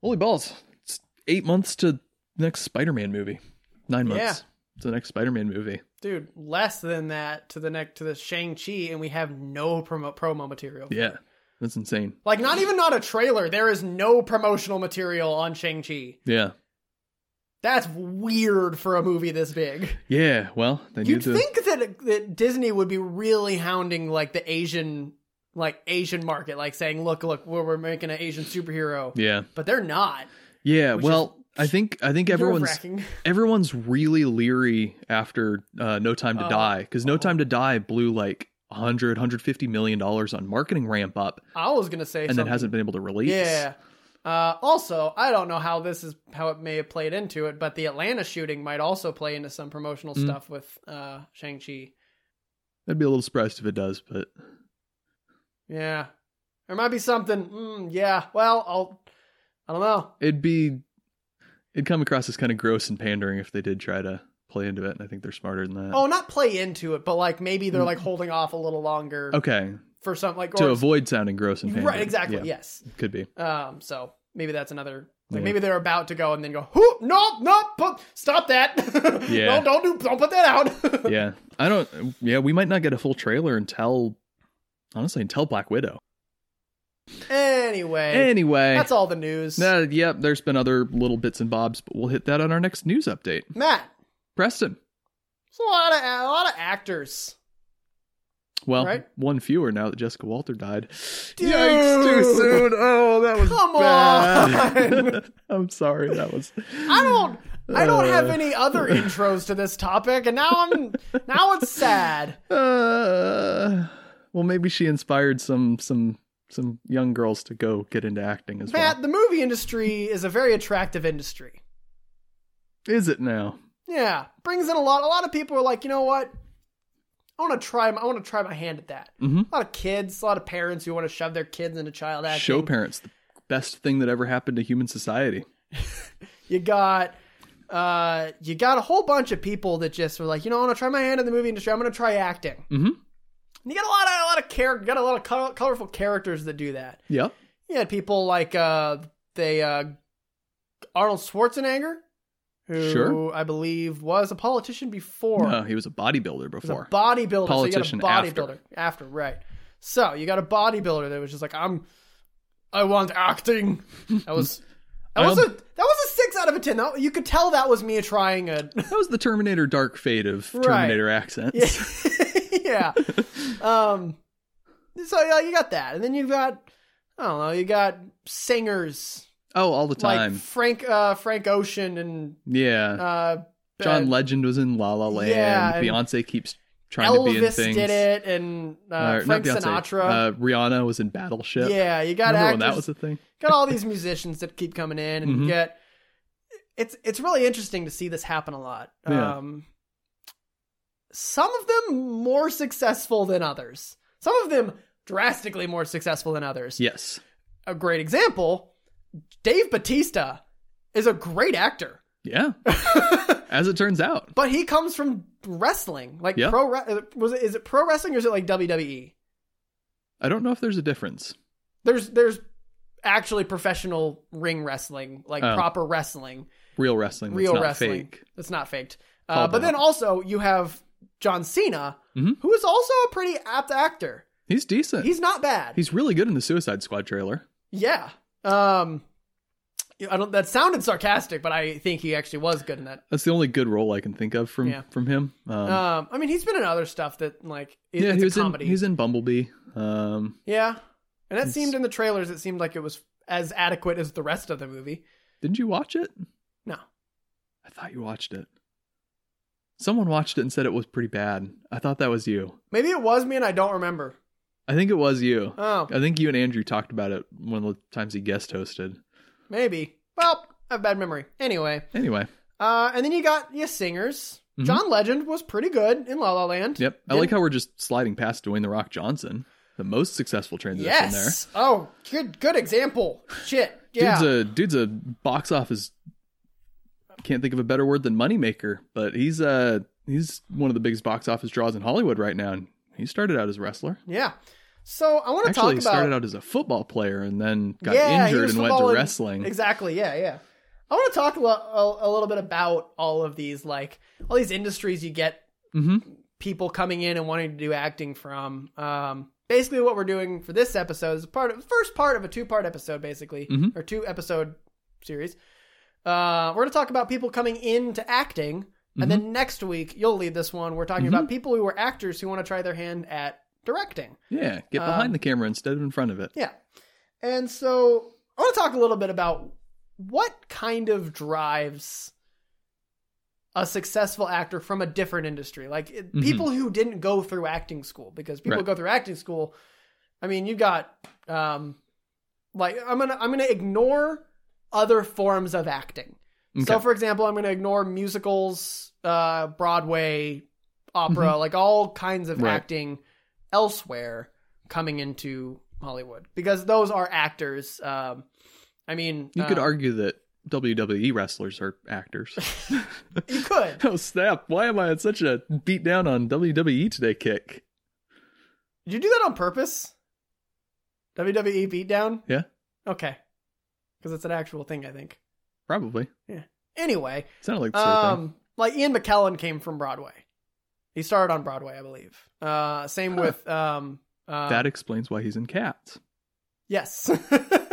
holy balls, it's eight months to next Spider Man movie. Nine months
Yeah.
to the next Spider Man movie.
Dude, less than that to the neck to the Shang Chi, and we have no promo promo material.
Yeah. That's insane.
Like not even not a trailer. There is no promotional material on Shang Chi.
Yeah.
That's weird for a movie this big.
Yeah. Well, they
You'd
need to.
think that that Disney would be really hounding like the Asian like Asian market, like saying, "Look, look, we're, we're making an Asian superhero,"
yeah.
but they're not.
Yeah,
Which is
well, I think I think everyone's
Nerve-wracking.
everyone's really leery after uh, No Time to
Oh.
Die because No
Oh.
Time to Die blew like 100 150 million dollars on marketing ramp up
I was gonna say,
and then
something.
hasn't been able to release.
Yeah. Uh, also, I don't know how this is how it may have played into it, but the Atlanta shooting might also play into some promotional
Mm.
stuff with uh, Shang Chi.
I'd be a little surprised if it does, but
Yeah, there might be something. Mm, yeah. Well, I'll. I don't know.
it'd be it'd come across as kind of gross and pandering if they did try to play into it and I think they're smarter than that.
Oh, not play into it, but like maybe they're
Mm.
like holding off a little longer
Okay,
for something like
to
or-
avoid sounding gross and pandering.
right. Exactly.
Yeah,
Yes.
Could be.
Um. So maybe that's another. Like
Yeah.
maybe they're about to go and then go. Whoop! No! No! Put, stop that! [LAUGHS]
Yeah.
no! Don't do! Don't put that out!
yeah i don't yeah we might not get a full trailer until honestly until black widow
[LAUGHS] Anyway,
anyway
that's all the news.
uh, yep there's been other little bits and bobs but we'll hit that on our next news update
Matt,
preston
it's a lot of a lot of actors.
well
Right.
one fewer now that jessica walter died
Dude!
yikes too soon oh that was
Come
bad. [LAUGHS] i'm sorry that was
I don't I don't have
Mm. Uh.
any other intros to this topic, and now I'm now it's
[LAUGHS]
sad.
uh, well maybe she inspired some some some young girls to go get into acting as
Matt, the movie industry is a very attractive industry.
well is it now
Yeah, brings in a lot. A lot of people are like, you know what? I want to try. My, I want to try my hand at that.
mm-hmm
A lot of kids, a lot of parents who want to shove their kids into child acting.
show parents the best thing that ever happened to human society
You got uh you got a whole bunch of people that just were like, you know, I want to try my hand in the movie industry. I'm going to try acting.
Mhm.
And you got a lot of a lot of character, got a lot of col- colorful characters that do that.
yep
You had people like uh they uh Arnold Schwarzenegger, who
Sure.
I believe was a politician before.
no Uh, he was a bodybuilder
He was
before
a bodybuilder.
Politician
so you got a
after.
bodybuilder after. right? So you got a bodybuilder that was just like, I'm, I want acting. That
[LAUGHS]
was. That
I
was, a,
don't-
that was a six out of a ten. That- you could tell that was me trying
[LAUGHS]
a [LAUGHS]
that was the terminator dark fate of
Right.
terminator accents
yeah. yeah. Um, so yeah, you got that, and then you got I don't know, you got singers
oh all the time
like Frank uh, Frank Ocean and
yeah
uh,
john
uh,
legend was in la la land
yeah, and
beyonce keeps trying to be in
Elvis
things
did it, and uh,
Uh, not
Frank
Beyonce.
Sinatra.
uh, rihanna was in battleship
yeah, you got
remember
actors.
when that was a thing
got all these musicians that keep coming in and
Mhm.
get it's it's really interesting to see this happen a lot
Yeah.
um some of them more successful than others some of them drastically more successful than others
yes
a great example dave batista is a great actor [LAUGHS]
yeah as it turns out
but he comes from wrestling like
Yeah.
pro re- uh, was it is it pro wrestling or is it like wwe
i don't know if there's a difference
there's there's actually professional ring wrestling like
Oh.
proper wrestling
real wrestling that's
real
not
wrestling.
fake
It's not faked. Uh,
Called
but then
out.
also you have John Cena,
Mhm.
who is also a pretty apt actor.
he's decent
He's not bad.
he's really good in the suicide squad trailer
yeah. Um, you- I don't. That sounded sarcastic, but I think he actually was good in that.
That's the only good role I can think of from
Yeah.
from him. Um,
Um, I mean, he's been in other stuff that like it-
yeah,
it's
he
a
was in
comedy.
he's in Bumblebee. Um,
yeah, and that
It's-
seemed in the trailers. It seemed like it was as adequate as the rest of the movie.
didn't you watch it?
No.
I thought you watched it. Someone watched it and said it was pretty bad. I thought that was you.
Maybe it was me, and I don't remember.
I think it was you.
Oh,
I think you and Andrew talked about it one of the times he guest hosted.
maybe. Well, I have bad memory. Anyway,
Anyway,
Uh, and then you got your singers.
Mhm.
John Legend was pretty good in La La Land.
yep. I
Didn't-
like how we're just sliding past Dwayne the Rock Johnson, the most successful transition there.
Yes. Oh, good good example. Shit. Yeah.
[LAUGHS] Dude's a dude's a box office. Can't think of a better word than moneymaker, but he's uh he's one of the biggest box office draws in Hollywood right now. And he started out as a wrestler.
yeah. So I want to
Actually,
talk
he
about
started out as a football player and then got
Yeah, he
injured
was
and went to
footballing-
wrestling.
exactly. Yeah, yeah. I want to talk a, lo- a, a little bit about all of these, like all these industries you get
hmm
people coming in and wanting to do acting from. Um, basically, what we're doing for this episode is part of first part of a two part episode, basically
Mhm.
or two episode series. Uh, we're going to talk about people coming into acting, and then next week you'll lead this one. We're talking
Mhm.
about people who are actors who want to try their hand at directing.
Yeah, get
Um,
behind the camera instead of in front of it.
Yeah, and so I want to talk a little bit about what kind of drives a successful actor from a different industry like it-
Mhm.
people who didn't go through acting school because people
Right.
go through acting school i mean you got um like i'm gonna i'm gonna ignore other forms of acting so
Okay.
for example i'm gonna ignore musicals uh broadway opera like all kinds of
Mm-hmm. Right.
acting elsewhere coming into hollywood because those are actors um i mean
you could
uh,
argue that WWE wrestlers are
[LAUGHS]
actors. [LAUGHS]
you could
oh snap! Why am I on such a beat down on WWE today kick?
Did you do that on purpose? WWE beatdown?
Yeah.
Okay. Because it's an actual thing, I think.
Probably
Anyway,
sounded like the sort of thing.
um, like Ian McKellen came from Broadway. He started on Broadway, I believe. Uh, same
Huh.
with um, uh,
That explains why he's in Cats.
Yes. [LAUGHS]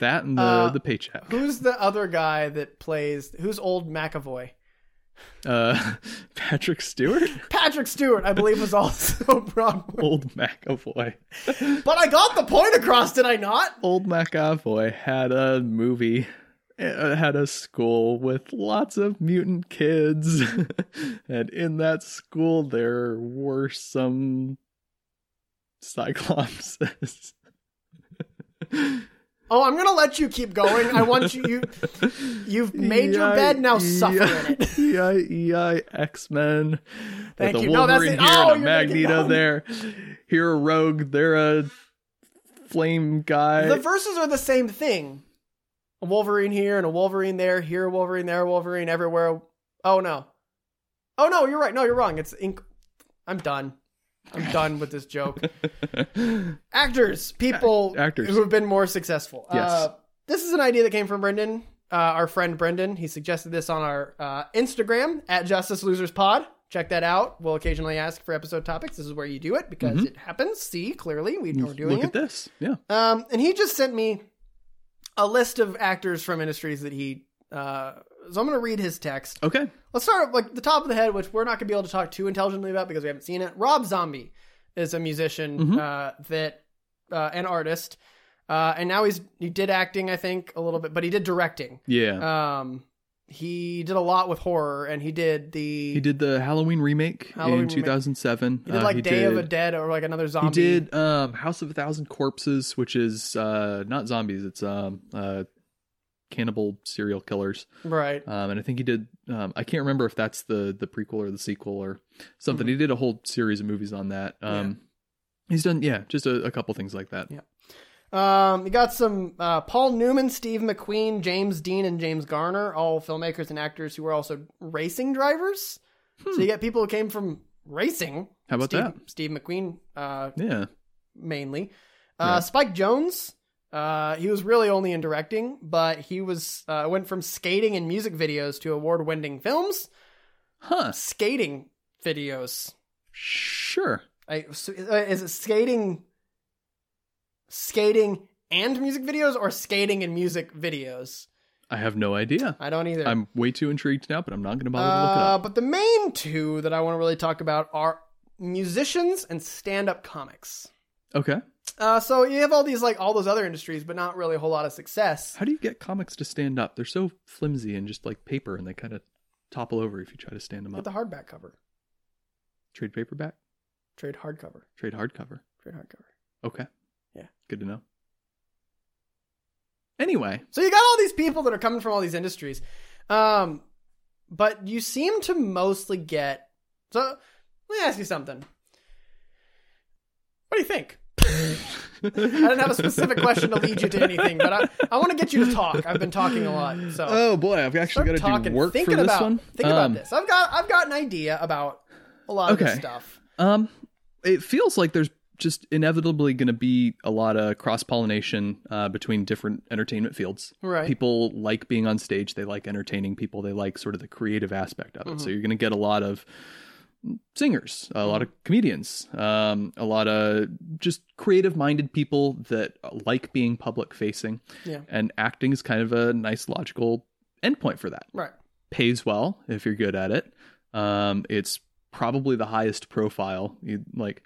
That and the
uh,
the paycheck.
who's the other guy that plays? Who's old McAvoy?
Uh, [LAUGHS]
[LAUGHS]
Patrick Stewart,
Patrick Stewart, I believe, was also [LAUGHS] Broadway.
old McAvoy.
But I got the point across, did I not?
old McAvoy had a movie, uh, had a school with lots of mutant kids, [LAUGHS] and in that school there were some cyclopses.
Oh, I'm gonna let you keep going. I want you. you you've [LAUGHS] made
E
your bed, now suffer in
[LAUGHS]
it.
EI, EI, X Men.
Thank
E with
you.
A
No, that's
Wolverine
it.
here
Oh,
and
you're
a
making-
Magneto
no.
there. Here a rogue. They're a flame guy.
the verses are the same thing. A Wolverine here and a Wolverine there, here a Wolverine, there a Wolverine, everywhere. Oh no. Oh no, you're right. No, you're wrong. It's ink. I'm done. I'm done with this joke.
[LAUGHS]
Actors, people
Ac- actors.
who have been more successful.
Yes.
Uh, this is an idea that came from Brendan, uh, our friend Brendan. He suggested this on our uh, Instagram at Justice Losers Pod. Check that out. We'll occasionally ask for episode topics. This is where you do it because it happens. See, clearly we know we're doing
Mm-hmm. Look
it.
at this. Yeah.
Um, and he just sent me a list of actors from industries that he. Uh, so I'm going to read his text.
Okay.
Let's start at like the top of the head, which we're not going to be able to talk too intelligently about because we haven't seen it. Rob Zombie is a musician
Mhm.
uh, that uh, an artist, uh, and now he's he did acting, I think, a little bit, but he did directing.
Yeah.
Um, he did a lot with horror, and he did the
he did the Halloween remake
Halloween
in
remake.
2007.
he did,
Uh,
like
he
Day of a
did-
Dead or like another zombie.
He did um, House of a Thousand Corpses, which is uh, not zombies. It's um, uh, cannibal serial killers.
right.
Um, and I think he did. Um, I can't remember if that's the the prequel or the sequel or
Mm-hmm.
something. He did a whole series of movies on that. Um, He's done, yeah, just a, a couple things like that.
Yeah. Um, you got some uh, Paul Newman, Steve McQueen, James Dean, and James Garner, all filmmakers and actors who were also racing drivers.
Hmm.
So you get people who came from racing.
How about
Steve,
that?
Steve McQueen, uh,
Yeah,
mainly. Uh, Spike Jones. Uh, he was really only in directing, but he was uh, went from skating and music videos to award-winning films.
huh?
Skating videos.
Sure.
I, so, uh, is it skating, skating and music videos, or skating and music videos?
I have no idea.
I don't either.
I'm way too intrigued now, but I'm not going to bother to look it
uh,
up.
but the main two that I want to really talk about are musicians and stand-up comics.
Okay.
Uh, so you have all these like all those other industries, but not really a whole lot of success.
How do you get comics to stand up? They're so flimsy and just like paper, and they kind of topple over if you try to stand them
Get
up.
the hardback cover,
Trade paperback,
trade hardcover,
trade hardcover.
trade hardcover.
Okay.
Yeah.
Good to know. Anyway,
So you got all these people that are coming from all these industries, um, but you seem to mostly get. So let me ask you something. What do you think?
I
[LAUGHS] I didn't have a specific question to lead you to anything, but I, I want to get you to talk. I've been talking a lot, so
Oh boy, I've
start
actually got to
talking.
do work
Think
for this
about,
one.
Think
Um,
about this. I've got I've got an idea about a lot of this
Okay.
stuff.
Um, it feels like there's just inevitably going to be a lot of cross pollination uh, between different entertainment fields.
Right.
People like being on stage. They like entertaining people. They like sort of the creative aspect of it.
Mm-hmm.
So you're going to get a lot of singers, a lot of comedians, um, a lot of just creative minded people that like being public facing.
Yeah.
And acting is kind of a nice logical endpoint for that
Right.
pays well if you're good at it. Um, it's probably the highest profile. You, like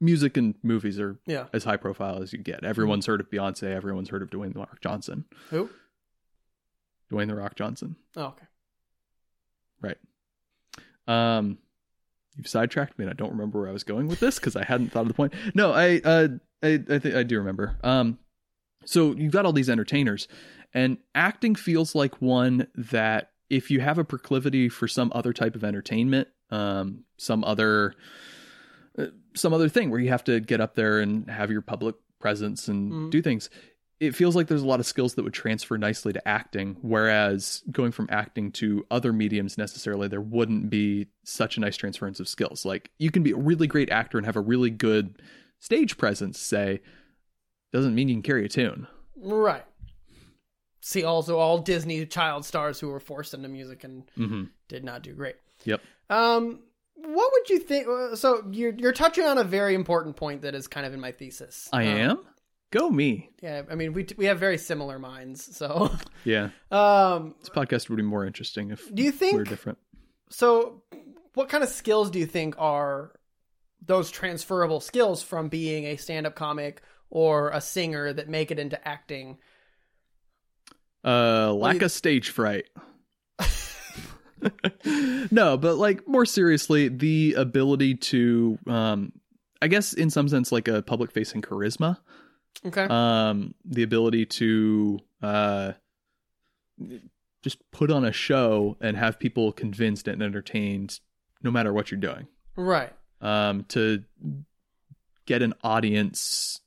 music and movies are
Yeah.
as high profile as you get. Everyone's heard of Beyonce. Everyone's heard of Dwayne The Rock Johnson.
Who?
Dwayne the Rock Johnson.
Oh, okay.
Um, you've sidetracked me, and I don't remember where I was going with this because I hadn't thought of the point. No, I, uh, I, I think I do remember. Um, so you've got all these entertainers, and acting feels like one that if you have a proclivity for some other type of entertainment, um, some other, uh, some other thing where you have to get up there and have your public presence and
Mhm.
do things. It feels like there's a lot of skills that would transfer nicely to acting, whereas going from acting to other mediums necessarily, there wouldn't be such a nice transference of skills. Like you can be a really great actor and have a really good stage presence, say, doesn't mean you can carry a tune.
Right. See, also all Disney child stars who were forced into music and
Mm-hmm.
did not do great.
Yep.
Um, what would you think? uh, So you're you're touching on a very important point that is kind of in my thesis.
I
Um,
am. Go me.
Yeah, I mean we we have very similar minds. So, [LAUGHS]
Yeah,
um,
this podcast would be more interesting if
do you
we're
think
different.
so? What kind of skills do you think are those transferable skills from being a stand-up comic or a singer that make it into acting?
Uh, lack
you-
of stage fright. [LAUGHS] no, but like more seriously, the ability to, um, I guess in some sense, like a public facing charisma.
Okay.
Um, the ability to uh, just put on a show and have people convinced and entertained, no matter what you're doing.
right.
um, to get an audience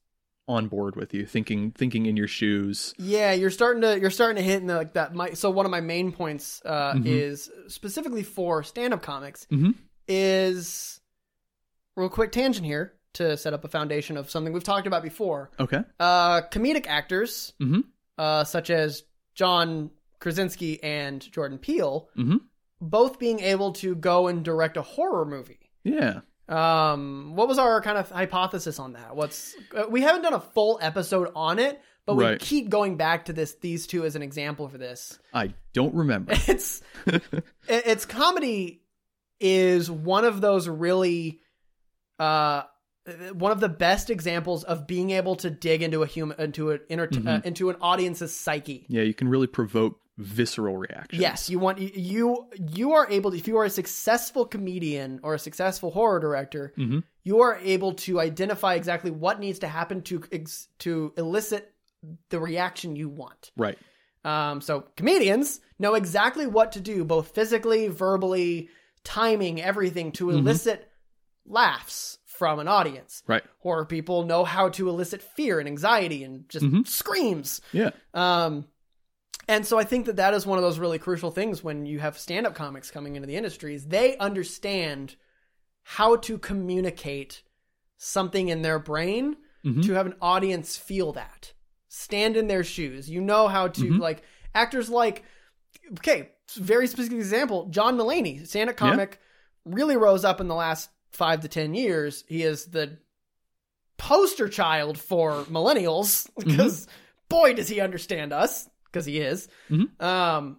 on board with you, thinking thinking in your shoes.
Yeah, you're starting to you're starting to hit in the, like that. My, so one of my main points uh,
Mhm.
is specifically for stand-up comics
Mhm.
is real quick tangent here to set up a foundation of something we've talked about before.
Okay.
Uh, comedic actors
Mhm.
uh, such as John Krasinski and Jordan Peele,
Mhm.
both being able to go and direct a horror movie.
Yeah.
Um, what was our kind of hypothesis on that? What's uh, we haven't done a full episode on it, but we
Right.
keep going back to this these two as an example for this. [LAUGHS]
I don't remember.
It's it- it's comedy is one of those really uh one of the best examples of being able to dig into a human into an inter- uh,
Mhm.
into an audience's psyche.
yeah, you can really provoke visceral reactions.
Yes, you want you you are able to, if you are a successful comedian or a successful horror director,
Mhm.
you are able to identify exactly what needs to happen to ex- to elicit the reaction you want.
Right.
Um, so comedians know exactly what to do, both physically, verbally, timing everything to elicit laughs from an audience.
Right.
Horror people know how to elicit fear and anxiety and just
Mhm.
screams.
Yeah.
Um, and so I think that that is one of those really crucial things when you have stand up comics coming into the industry is they understand how to communicate something in their brain
Mhm.
to have an audience feel that. Stand in their shoes. You know how to
Mhm.
like actors like okay, very specific example, John Mulaney, stand up
Yeah.
comic, really rose up in the last five to ten years. He is the poster child for millennials [LAUGHS] because boy does he understand us because he is
Mhm.
um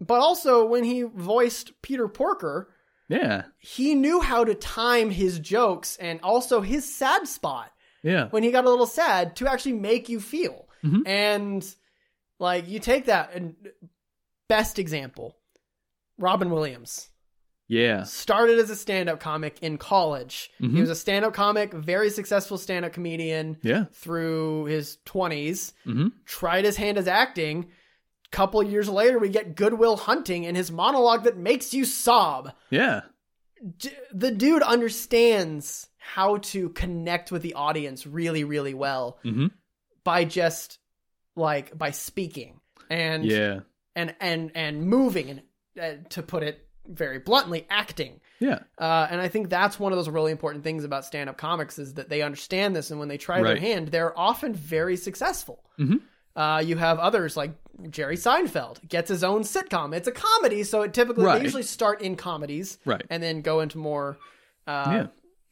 but also when he voiced peter porker
Yeah.
he knew how to time his jokes and also his sad spot
Yeah.
when he got a little sad to actually make you feel
Mhm.
and like you take that and best example robin williams
Yeah.
started as a stand-up comic in college
Mhm.
he was a stand-up comic very successful stand-up comedian
Yeah.
through his 20s
Mhm.
tried his hand as acting couple years later we get goodwill hunting and his monologue that makes you sob
Yeah.
D- the dude understands how to connect with the audience really really well
Mhm.
by just like by speaking and
Yeah.
and and and moving and uh, to put it very bluntly acting
Yeah.
uh, and I think that's one of those really important things about stand up comics is that they understand this, and when they try their
Right.
hand, they're often very successful.
Mhm.
Uh, you have others like Jerry Seinfeld gets his own sitcom. It's a comedy, so it typically
Right.
they usually start in comedies
Right.
and then go into more uh,
Yeah.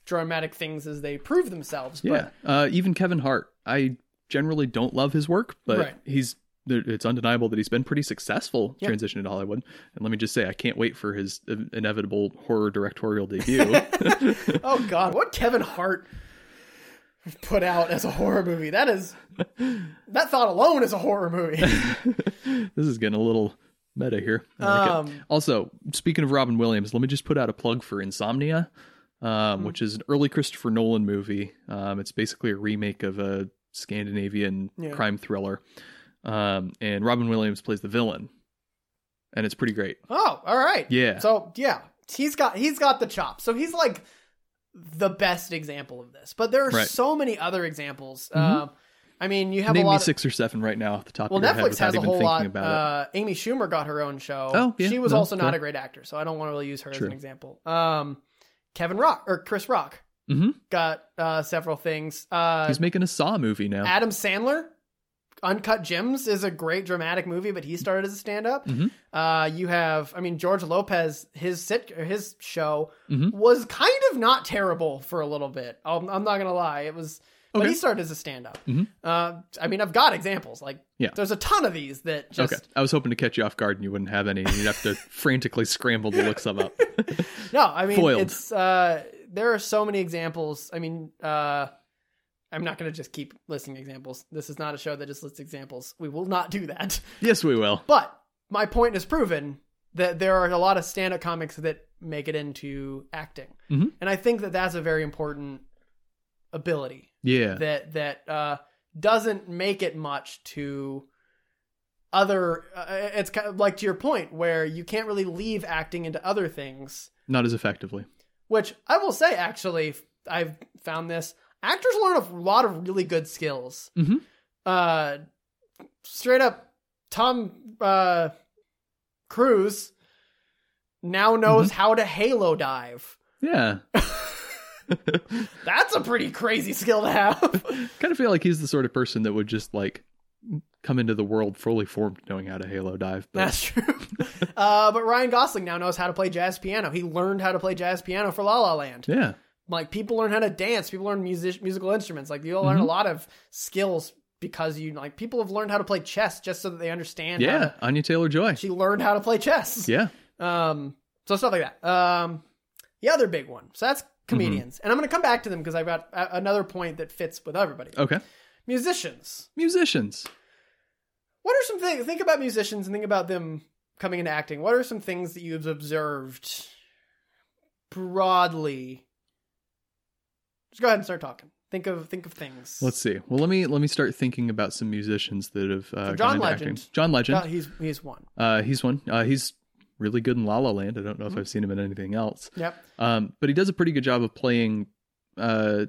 dramatic things as they prove themselves.
Yeah. Uh, even Kevin Hart. I generally don't love his work, but
Right.
he's there- it's undeniable that he's been pretty successful
Yeah.
transitioning to Hollywood. And let me just say, I can't wait for his in- inevitable horror directorial [LAUGHS] debut.
But, oh God, what Kevin Hart put out as a horror
[LAUGHS]
movie? That is that thought alone is a horror movie.
this is getting a little meta here. I like it.
um,
Also, speaking of Robin Williams, let me just put out a plug for Insomnia, um,
Hmm.
which is an early Christopher Nolan movie. Um, it's basically a remake of a Scandinavian
Yeah.
crime thriller, um, and Robin Williams plays the villain, and it's pretty great.
Oh, all right.
Yeah.
So yeah, he's got he's got the chop. So he's like the best example of this. But there are
Right. Mm-hmm.
so many other examples. Um, I mean, you have
Name
a lot.
me
of-
six or seven right now off the top
well,
of your head
Netflix
without
has a
even
whole
thinking
lot.
about it.
Uh, Amy Schumer got her own show.
Oh, yeah,
she was
no,
also not
fair.
a great actor, so I don't want to really use her as
True.
an example. Um, Kevin Rock or Chris Rock
Mhm.
got uh, several things. Uh,
He's making a Saw movie now.
Adam Sandler, Uncut Gems is a great dramatic movie, but he started as a stand-up.
Mhm.
Uh, you have, I mean, George Lopez, his sit, or his show
Mhm.
was kind of not terrible for a little bit. I'm, I'm not gonna lie, it was, but
Okay.
he started as a stand-up.
Mhm.
Uh, I mean, I've got examples like
Yeah.
there's a ton of these that just
okay, I was hoping to catch you off guard and you wouldn't have any. You'd
[LAUGHS]
have to frantically scramble to look some up. [LAUGHS]
no. I mean,
Foiled.
it's uh, there are so many examples. I mean, uh. I'm not going to just keep listing examples. This is not a show that just lists examples. We will not do that.
yes, we will.
But my point is proven that there are a lot of stand-up comics that make it into acting,
Mhm.
and I think that that's a very important ability
Yeah.
that that uh, doesn't make it much to other. Uh, it's kind of like to your point where you can't really leave acting into other things.
Not as effectively.
Which I will say, actually, I've found this actors learn a lot of really good skills.
Mhm.
Uh, straight up, Tom uh, Cruise now knows how to halo dive.
Yeah.
That's a pretty crazy skill to have.
kind of feel like he's the sort of person that would just like come into the world fully formed knowing how to halo dive
[LAUGHS]
but
That's true. uh, but Ryan Gosling now knows how to play jazz piano. He learned how to play jazz piano for La La Land.
yeah
like people learn how to dance people learn music musical instruments like you all
Mm-hmm.
learn a lot of skills because you like people have learned how to play chess just so that they understand how
yeah
to-
anya taylor joy
she learned how to play chess
yeah
um so stuff like that um the other big one so that's
Mm-hmm.
comedians and i'm going to come back to them because i've got a- another point that fits with everybody
okay
musicians
musicians
what are some things think about musicians and think about them coming into acting what are some things that you've observed broadly just go ahead and start talking think of think of things
let's see well let me let me start thinking about some musicians that have uh,
So John
gone into acting.
Legend.
john legend
No, he's he's one
uh he's one uh he's really good in la la land i don't know if i've seen him in anything else
Mm-hmm. yep
um but he does a pretty good job of playing uh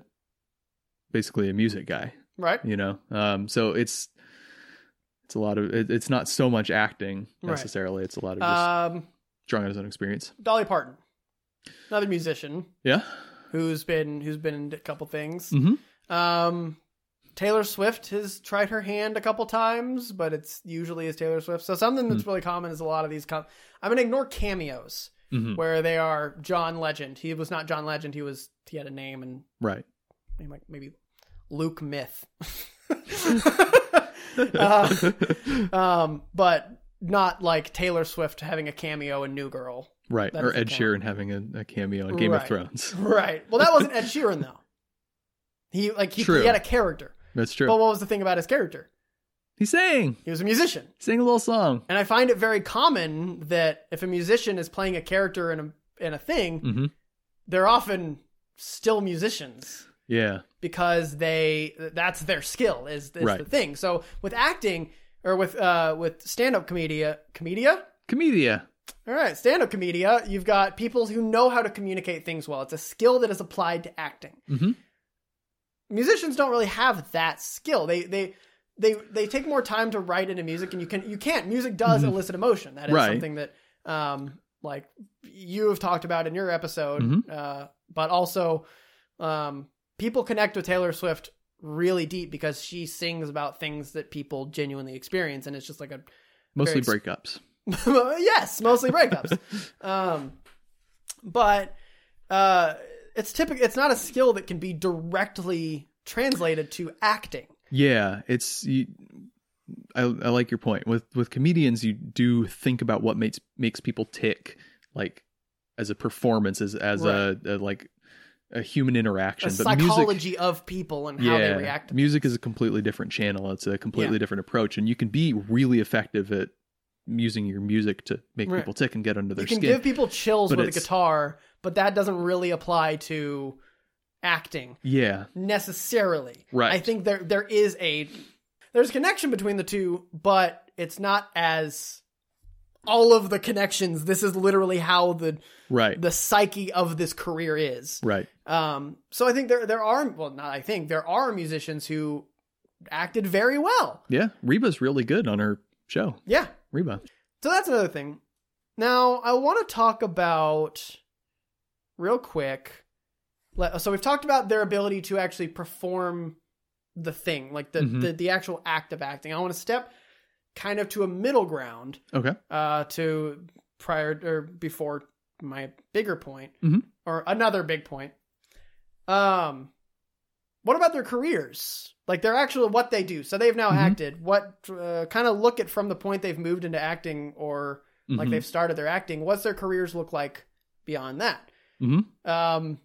basically a music guy
right
you know um so it's it's a lot of it, it's not so much acting
Right.
necessarily it's a lot of just
um
drawing on his own experience
dolly parton another musician
yeah
who's been who's been in a couple things
Mhm.
um taylor swift has tried her hand a couple times but it's usually is taylor swift so something that's really common is a lot of these com- i'm gonna ignore cameos
Mhm.
where they are john legend he was not john legend he was he had a name and
right
maybe like maybe luke myth [LAUGHS] Uh, um, but not like Taylor Swift having a cameo in New Girl.
[LAUGHS] right
that
or
doesn't
ed
count.
sheeran having a, a cameo in game
Right.
of thrones [LAUGHS]
Right. Well, that wasn't Ed Sheeran though. He like he,
True.
he had a character.
that's true
But what was the thing about his character?
he sang
He was a musician.
sang a little song
And I find it very common that if a musician is playing a character in a in a thing,
Mhm.
they're often still musicians
yeah
because they that's their skill is, is the
Right.
thing. So with acting or with uh with stand up comedia comedia
comedia
All right, stand up comedia. You've got people who know how to communicate things well. It's a skill that is applied to acting.
Mhm.
Musicians don't really have that skill. They they they they take more time to write into music, and you can you can't. Music does elicit emotion. That is
Right.
something that um like you have talked about in your episode,
Mhm.
uh, but also um people connect with Taylor Swift really deep because she sings about things that people genuinely experience, and it's just like a
mostly
Very
breakups
[LAUGHS] yes, mostly
[LAUGHS]
breakups. um, but uh, it's typical. It's not a skill that can be directly translated to acting.
yeah it's you, I, I like your point with with comedians you do think about what makes makes people tick like as a performance as as a, a like a human interaction
The
but music
psychology of people and how they react. To
music is a completely different channel. It's a completely
Yeah.
different approach, and you can be really effective at using your music to make
Right.
people tick and get under their
you can
skin.
give people chills
but
with a
it's-
guitar, but that doesn't really apply to acting
yeah,
necessarily.
Right.
I think there there is a there's a connection between the two, but it's not as all of the connections. This is literally how the
right,
the psyche of this career is.
right,
Um, so I think there there are well, not I think there are musicians who acted very well.
yeah. Reba's really good on her show.
Yeah.
Reba,
So that's another thing. Now I want to talk about real quick. le- So we've talked about their ability to actually perform the thing, like the
Mhm.
the, the actual act of acting. I want to step kind of to a middle ground
okay,
uh, to prior or before my bigger point
Mhm.
or another big point. Um, what about their careers? Like their actual what they do. So they've now
Mhm.
acted. What uh, kind of look at from the point they've moved into acting or like
Mhm.
they've started their acting. What's their careers look like beyond that?
Mhm.
Um,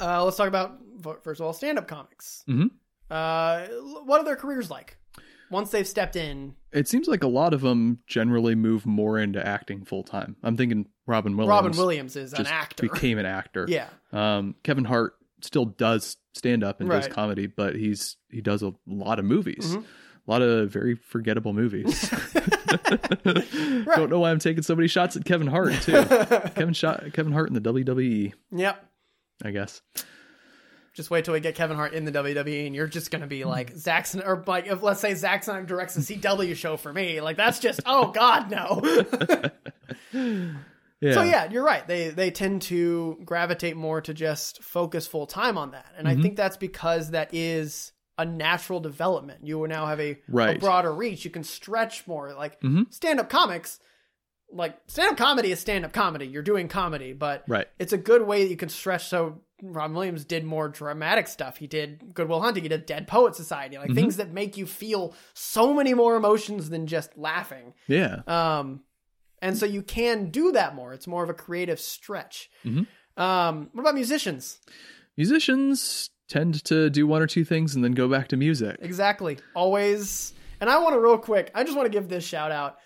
uh, let's talk about f- first of all stand up comics.
Mhm.
Uh, what are their careers like once they've stepped in?
It seems like a lot of them generally move more into acting full time. I'm thinking Robin Williams.
Robin Williams is an
just
actor.
became an actor.
Yeah.
Um, Kevin Hart still does stand up and does
Right.
comedy, but he's he does a lot of movies,
Mhm.
a lot of very
[LAUGHS]
forgettable movies. [LAUGHS] Don't know why I'm taking so many shots at Kevin Hart too.
[LAUGHS]
[LAUGHS] Kevin shot Kevin Hart in the WWE,
yep.
I guess.
Just wait till we get Kevin Hart in the WWE, and you're just gonna
Hmm.
be like Zack Sn- or like if let's say Zack Snyder directs a CW show for me, like that's just oh god no. [LAUGHS]
Yeah.
So yeah, you're right. They they tend to gravitate more to just focus full time on that,
Mm-hmm.
and I think that's because that is a natural development. You will now have a,
Right.
a broader reach. You can stretch more. Like
Mhm.
stand up comics, like stand up comedy is stand up comedy. You're doing comedy, but
Right.
it's a good way that you can stretch. So Robin Williams did more dramatic stuff. He did Goodwill Hunting. He did Dead Poet Society, like things that make you feel so many more emotions than just laughing.
Yeah.
Um, and so you can do that more. It's more of a creative stretch.
Mhm.
Um, what about musicians?
Musicians tend to do one or two things and then go back to music.
Exactly. Always. And I want to real quick. I just want to give this shout out.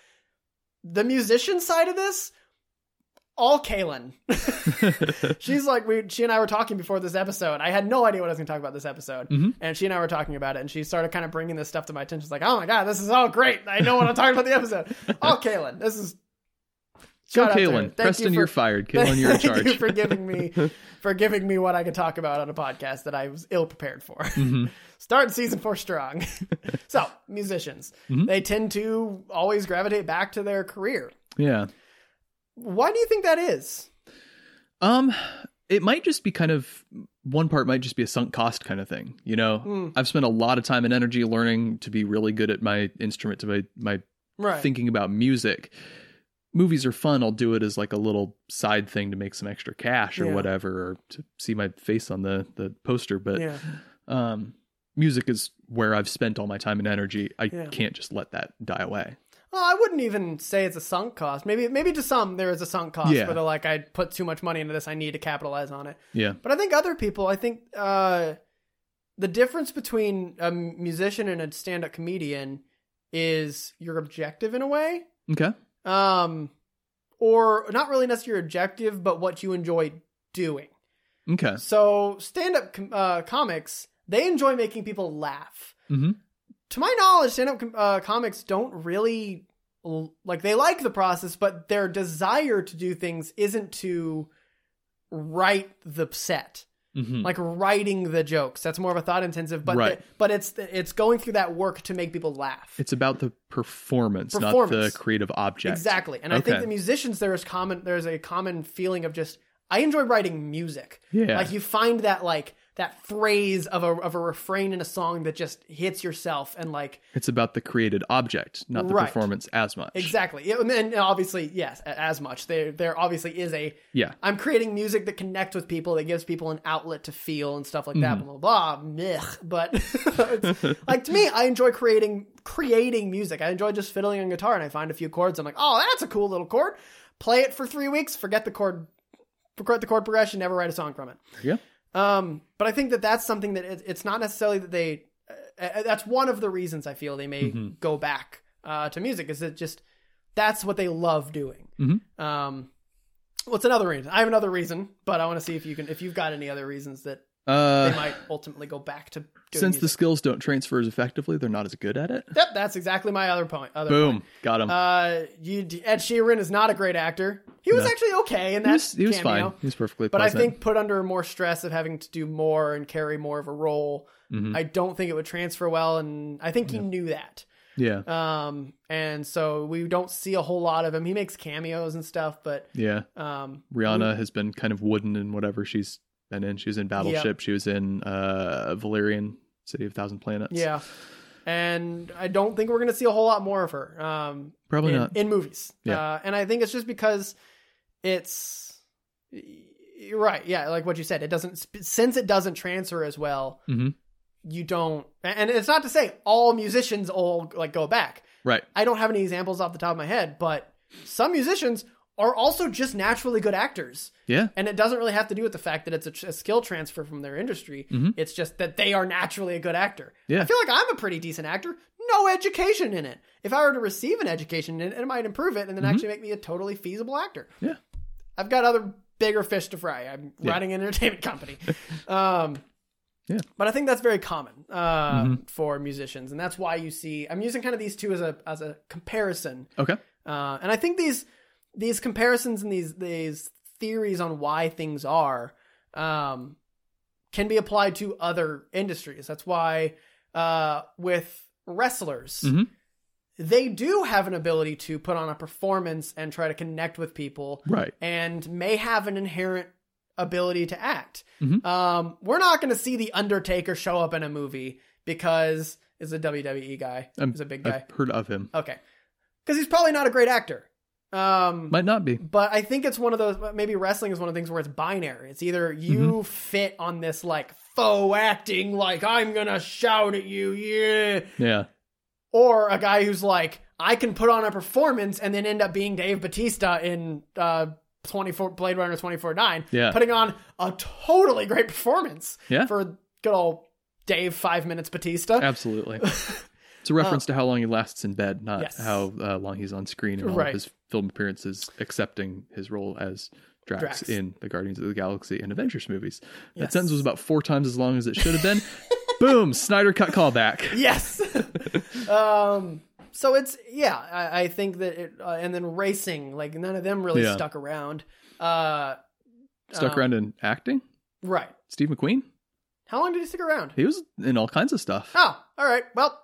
The musician side of this, all
[LAUGHS]
Kaylin. She's like we. She and I were talking before this episode. I had no idea what I was going to talk about this episode,
Mhm.
and she and I were talking about it. And she started kind of bringing this stuff to my attention. She's like, "Oh my god, this is all great! I know what I'm talking about the episode." All Kaylin. This is.
go
Shout out to her.
Kalen.
Thank you
Preston,
for-
you
[LAUGHS]
are fired. Kalen, you're in
Thank you
charge.
for giving me for giving me what I could talk about on a podcast that I was ill prepared for.
Mm-hmm.
[LAUGHS] Start season four strong. [LAUGHS] so musicians,
Mm-hmm.
they tend to always gravitate back to their career.
[LAUGHS] yeah.
Why do you think that is?
Um, it might just be kind of one part might just be a sunk cost kind of thing. You know,
Mm. Hmm,
I've spent a lot of time and energy learning to be really good at my instrument, to my my
Right.
thinking about music. Movies are fun. I'll do it as like a little side thing to make some extra cash or
Yeah.
whatever, or to see my face on the the poster. But
yeah.
um, music is where I've spent all my time and energy. I
Yeah.
can't just let that die away.
Well, I wouldn't even say it's a sunk cost. Maybe maybe to some there is a sunk cost,
Yeah.
where they're like, I put too much money into this. I need to capitalize on it.
Yeah.
But I think other people, I think uh, the difference between a musician and a stand-up comedian is your objective in a way,
Okay.
um, or not really necessarily your objective, but what you enjoy doing.
Okay.
So stand-up com- uh, comics, they enjoy making people laugh.
Mm-hmm.
To my knowledge, stand-up com- uh, comics don't really l- like they like the process, but their desire to do things isn't to write the set
Mm-hmm.
like writing the jokes. That's more of a thought intensive, but
Right.
the- but it's it's going through that work to make people laugh.
It's about the performance, not the
Performance.
creative object.
exactly, and I
Okay.
think the musicians there is common there's a common feeling of just I enjoy writing music.
Yeah.
Like you find that like that phrase of a of a refrain in a song that just hits yourself and like
It's about the created object, not the
Right.
performance as much.
exactly Yeah, and then obviously yes a- as much there there obviously is a
Yeah.
I'm creating music that connects with people, that gives people an outlet to feel and stuff like that. Blah blah blah. Blech. But [LAUGHS] it's, like to me, I enjoy creating creating music. I enjoy just fiddling on guitar, and I find a few chords. I'm like, oh, that's a cool little chord. Play it for three weeks. Forget the chord. Forget the chord progression. Never write a song from it.
Yeah.
Um, but I think that that's something that it, it's not necessarily that they.
Mm-hmm.
Uh, uh, that's one of the reasons I feel they may go back uh, to music. Is it just That's what they love doing.
Mhm.
Um, what's another reason? I have another reason, but I want to see if you can if you've got any other reasons that they
Uh,
might ultimately go back to doing
since the
music.
skills don't transfer as effectively, they're not as good at it.
Yep, that's exactly my other point. Other
Boom, got him.
Uh, you, Ed Sheeran is not a great actor. He was
No.
actually okay in that
he was, he was
cameo,
fine. He was perfectly.
but I
pleasant.
think put under more stress of having to do more and carry more of a role,
Mhm.
I don't think it would transfer well, and I think he knew that.
yeah,
Um, and so we don't see a whole lot of him. He makes cameos and stuff, but
yeah.
um,
Rihanna has been kind of wooden in whatever she's been in. She was in Battleship. She was in uh, Valerian, City of Thousand Planets.
yeah. And I don't think we're gonna see a whole lot more of her. Um,
probably
in,
not.
in movies.
Yeah.
Uh, and I think it's just because it's you're right. Yeah, like what you said, it doesn't since it doesn't transfer as well.
Mhm.
You don't, and it's not to say all musicians all like go back.
right.
I don't have any examples off the top of my head, but some musicians are also just naturally good actors,
Yeah.
and it doesn't really have to do with the fact that it's a, tr- a skill transfer from their industry.
Mhm.
It's just that they are naturally a good actor.
Yeah.
I feel like I'm a pretty decent actor. No education in it. If I were to receive an education in it, it might improve it and then actually make me a totally feasible actor.
Mm-hmm. Yeah.
I've got other bigger fish to fry. I'm
Yeah.
running an entertainment
[LAUGHS]
company. um,
Yeah. Mm-hmm.
But I think that's very common uh, for musicians, and that's why you see. I'm using kind of these two as a as a comparison,
Okay.
uh, and I think these these comparisons and these these theories on why things are um, can be applied to other industries. That's why uh, with wrestlers,
Mhm.
they do have an ability to put on a performance and try to connect with people,
Right.
and may have an inherent ability to act.
Mhm.
Um, we're not going to see the Undertaker show up in a movie because is a WWE guy.
Um,
he's a big guy.
I've heard of him.
okay, because he's probably not a great actor. Um,
Might not be.
but I think it's one of those. Maybe wrestling is one of the things where it's binary. It's either you
Mm-hmm.
fit on this like faux acting, like I'm gonna shout at you, yeah,
Yeah.
or a guy who's like I can put on a performance and then end up being Dave Batista in uh, 24 Blade Runner 24 9,
Yeah.
putting on a totally great performance
Yeah.
for good old Dave five minutes Batista.
Absolutely.
[LAUGHS]
It's a reference to how long he lasts in bed, not
Uh, Yes.
how uh, long he's on screen in all
Right.
of his film appearances, accepting his role as Drax,
Drax.
in the Guardians of the Galaxy and Avengers movies. That
Yes.
sentence was about four times as long as it should
[LAUGHS]
have been. Boom! Snyder cut callback.
yes. [LAUGHS] um, so it's yeah, I, I think that it, uh, and then racing, like none of them really
Yeah.
stuck around. Uh,
Stuck
Um,
around in acting.
right.
Steve McQueen.
How long did he stick around?
He was in all kinds of stuff.
Oh, all right. Well,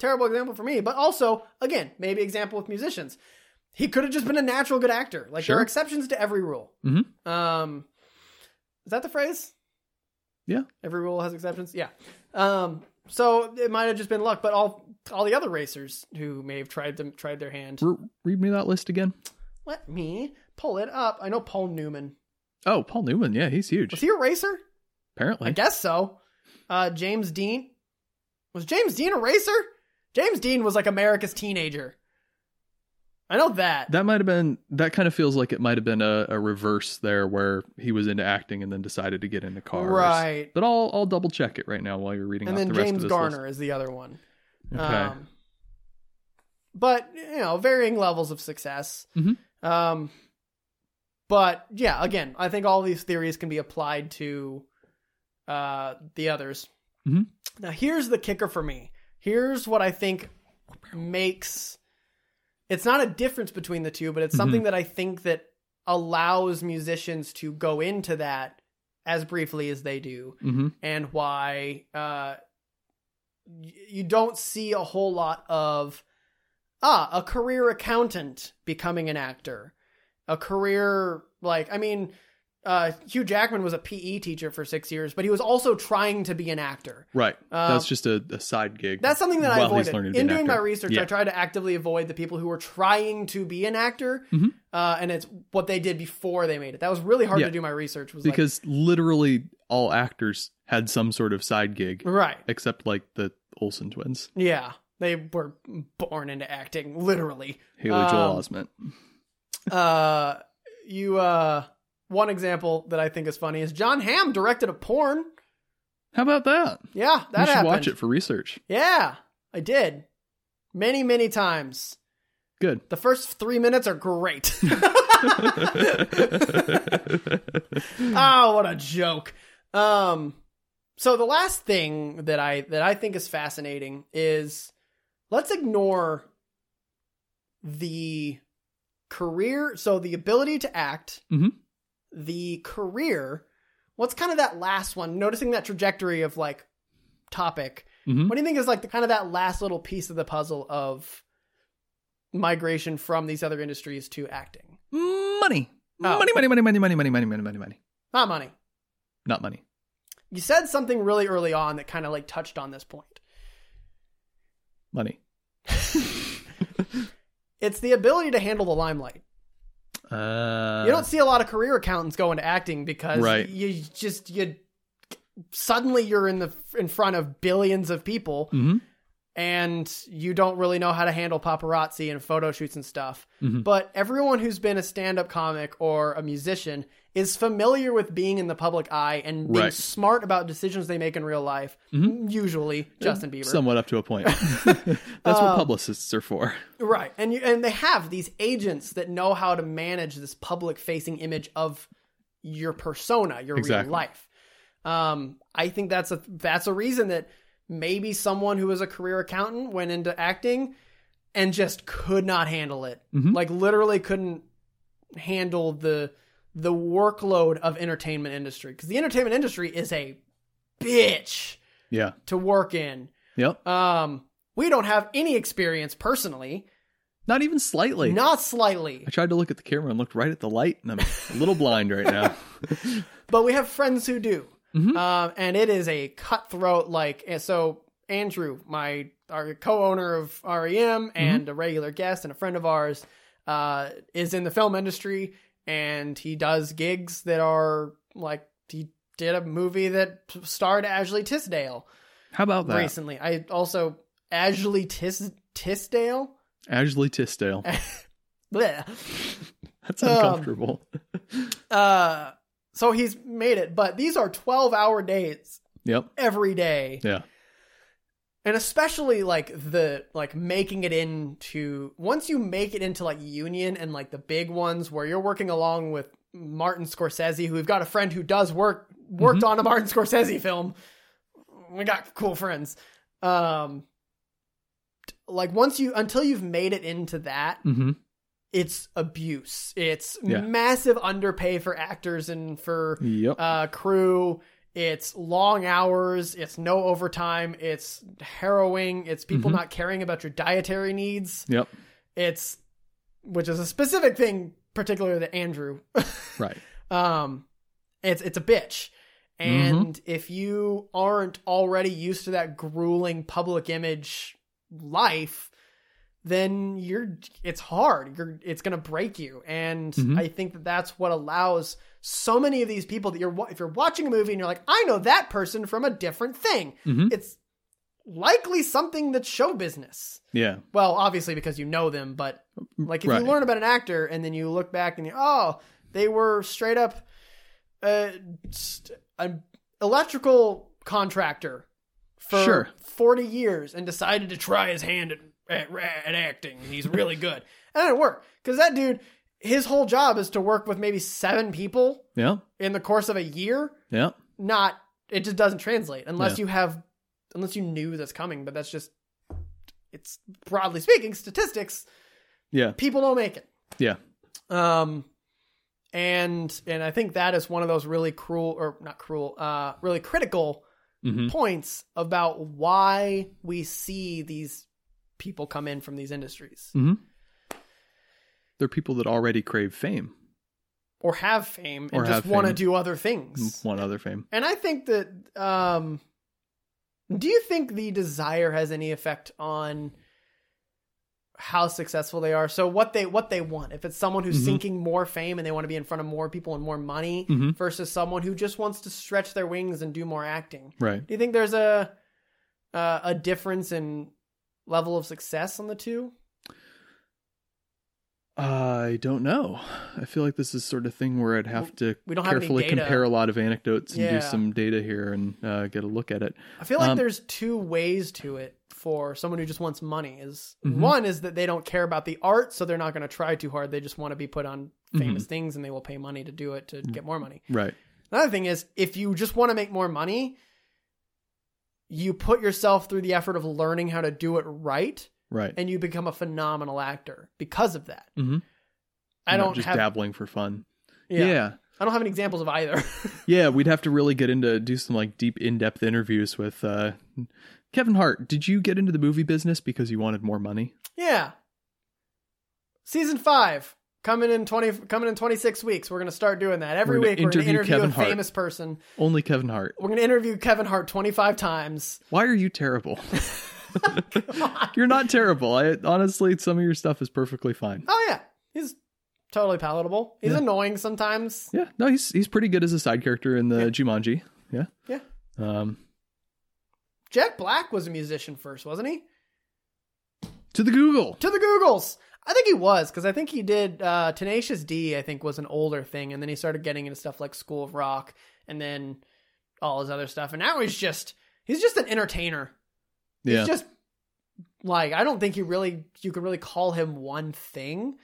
terrible example for me, but also again, maybe example with musicians. He could have just been a natural good actor. Like there
Sure.
are exceptions to every rule.
Mhm.
Um, is that the phrase?
Yeah.
Every rule has exceptions. Yeah. Um, so it might have just been luck, but all all the other racers who may have tried them tried their hand.
Re- read me that list again.
Let me pull it up. I know Paul Newman.
Oh, Paul Newman. Yeah, he's huge.
Was he a racer? I
apparently.
guess so. Uh, James Dean. Was James Dean a racer? James Dean was like America's teenager. I know that.
That might have been. That kind of feels like it might have been a, a reverse there, where he was into acting and then decided to get into cars.
right.
But I'll I'll double check it right now while you're reading
And
off
then
the rest of
James
this
Garner um, is the other one.
list. Okay.
but you know, varying levels of success.
Mhm.
Um, but yeah, again, I think all these theories can be applied to uh, the others.
Mhm.
Now, here's the kicker for me. Here's what I think makes it's not a difference between the two, but it's something that I think that allows musicians to go into that as briefly as they do
hmm
and why uh, y- you don't see a whole lot of ah a career accountant becoming an actor, a career like I mean, uh, Hugh Jackman was a PE teacher for six years, but he was also trying to be an actor.
Right.
Um,
that's just a, a side gig.
That's something that I
While he's
avoided
learning to be
in
an
doing my
actor.
research.
Yeah.
I tried to actively avoid the people who were trying to be an actor,
Mhm.
uh, and it's what they did before they made it. That was really hard
Yeah.
to do my research. Was like,
because literally all actors had some sort of side gig,
right.
except like the Olsen twins,
Yeah, they were born into acting, literally.
Haley
Um,
Joel Osment.
Uh, you uh, one example that I think is funny is John Hamm directed a porn.
How about that?
Yeah, that
you should
happened.
watch it for research.
Yeah, I did many many times. [LAUGHS]
Good.
The first three minutes are
[LAUGHS]
great. [LAUGHS] oh, what a joke. Um, so the last thing that I that I think is fascinating is let's ignore the career. So the ability to act,
Mhm.
the career. What's kind of that last one? Noticing that trajectory of like topic.
Mhm.
What do you think is like the kind of that last little piece of the puzzle of migration from these other industries to acting?
Money.
Oh.
Money, money, money, money, money, money, money, money, money, money.
Not money.
Not money.
You said something really early on that kind of like touched on this point.
Money.
It's the ability to handle the limelight.
Uh,
you don't see a lot of career accountants go into acting because
Right.
you just you suddenly you're in the in front of billions of people
Mhm.
and you don't really know how to handle paparazzi and photo shoots and stuff.
Mhm.
But everyone who's been a stand-up comic or a musician is familiar with being in the public eye and being
Right. Mm-hmm.
smart about decisions they make in real life. Usually, Justin Bieber. Um,
Somewhat up to
[LAUGHS]
a point. [LAUGHS] That's what publicists are for.
Right. And you and they have these agents that know how to manage this public facing image of your persona, your
Exactly.
real life. Um I think that's a that's a reason that maybe someone who was a career accountant went into acting and just could not handle it.
Mhm.
Like literally couldn't handle the the workload of entertainment industry cuz the entertainment industry is a bitch
Yeah.
to work in.
Yep.
Um we don't have any experience personally.
Not even slightly.
Not slightly.
I tried to look at the camera and looked right at the light, and I'm a little blind right now.
[LAUGHS] But we have friends who do.
Mhm.
Um, and it is a cutthroat, like, and so Andrew, my our co owner of REM
Mm-hmm.
and a regular guest and a friend of ours, uh, is in the film industry and he does gigs that are like, he did a movie that starred Ashley Tisdale
How about that?
recently. I also, Ashley Tis- Tisdale?
Ashley Tisdale.
Blech.
That's
Uh, Um,
uncomfortable.
Uh, so he's made it, but these are 12 hour days
yep.
every day.
Yeah.
and especially like the like making it into once you make it into like union and like the big ones where you're working along with martin scorsese who we've got a friend who does work worked on a martin scorsese film we got cool friends um t- like once you until you've made it into that
hmm
it's abuse it's
Yeah.
massive underpay for actors and for
Yep.
uh, crew. It's long hours. It's no overtime. It's harrowing. It's people
Mhm.
not caring about your dietary needs.
yep.
It's, which is a specific thing, particularly to Andrew.
Right.
um, it's it's a bitch, and if you aren't already used to that grueling public image life, then you're it's hard. You're it's gonna break you, and
Mhm.
I think that that's what allows so many of these people that you're wa- if you're watching a movie and you're like, I know that person from a different thing.
Mhm.
It's likely something that's show business.
Yeah.
Well, obviously because you know them, but like if
Right.
you learn about an actor and then you look back and you oh they were straight up uh, st- an electrical contractor for
Sure.
forty years and decided to try his hand at at, at acting and he's
[LAUGHS]
really good and it worked because that dude his whole job is to work with maybe seven people
Yep.
in the course of a year
Yep.
not it just doesn't translate unless
Yeah.
you have unless you knew that's coming but that's just it's broadly speaking statistics
Yeah.
people don't make it
Yeah.
um and and i think that is one of those really cruel or not cruel uh really critical
hmm
points about why we see these people come in from these industries
hmm They're people that already crave fame.
or have fame and
Or
just
have
want to
fame.
do other things
One other fame.
And I think that um do you think the desire has any effect on how successful they are? So what they what they want. If it's someone who's
Mhm.
seeking more fame and they want to be in front of more people and more money
Mhm.
versus someone who just wants to stretch their wings and do more acting.
Right.
Do you think there's a uh, a difference in level of success on the two?
Uh, I don't know. I feel like this is sort of thing where I'd have to
we don't have any
carefully
data.
compare a lot of anecdotes and
Yeah.
do some data here and uh, get a look at it.
I feel like
Um,
there's two ways to it for someone who just wants money. Is
Mm-hmm.
one is that they don't care about the art, so they're not going to try too hard. They just want to be put on
Mm-hmm.
famous things, and they will pay money to do it to get more money.
Right.
Another thing is if you just want to make more money, you put yourself through the effort of learning how to do it right,
Right.
and you become a phenomenal actor because of that.
Mhm.
I
Not
don't
just
have
dabbling for fun.
yeah,
yeah.
I don't have any examples of either. [LAUGHS]
Yeah, we'd have to really get into do some like deep in-depth interviews with uh Kevin Hart. Did you get into the movie business because you wanted more money?
Yeah. Season five coming in twenty coming in twenty six weeks. We're gonna start doing that every
We're
week.
gonna
We're gonna
interview
interview
Kevin
a
Hart.
famous person.
Only Kevin Hart.
We're gonna interview Kevin Hart twenty five
[LAUGHS]
times.
Why are you terrible? You're not terrible. I honestly some of your stuff is perfectly fine.
Oh yeah, he's totally palatable. He's annoying sometimes.
Yeah. No, he's he's pretty good as a side character in the Jumanji. Yeah.
Yeah.
Um
Jack Black was a musician first, wasn't he?
to the Google.
To the Googles. I think he was because I think he did uh, Tenacious D. I think was an older thing, and then he started getting into stuff like School of Rock, and then all his other stuff. And now he's just he's just an entertainer.
Yeah.
He's just like I don't think you really you could really call him one thing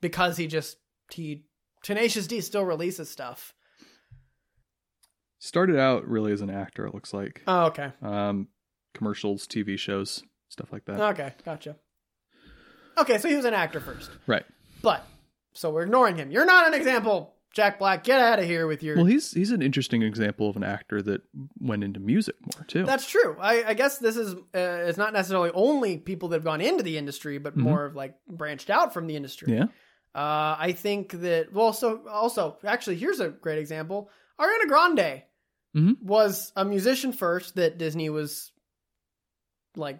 because he just he Tenacious D still releases stuff.
Started out really as an actor, it looks like.
Oh, okay.
Um commercials, TV shows, stuff like that.
Okay, gotcha. Okay, so he was an actor first.
right.
But so we're ignoring him. You're not an example, Jack Black. Get out of here with your
Well, he's he's an interesting example of an actor that went into music more too.
That's true. I, I guess this is uh, it's not necessarily only people that have gone into the industry, but more of like branched out from the industry.
yeah.
Uh, I think that well, so also actually, here's a great example. Ariana Grande
Mhm.
was a musician first that Disney was like,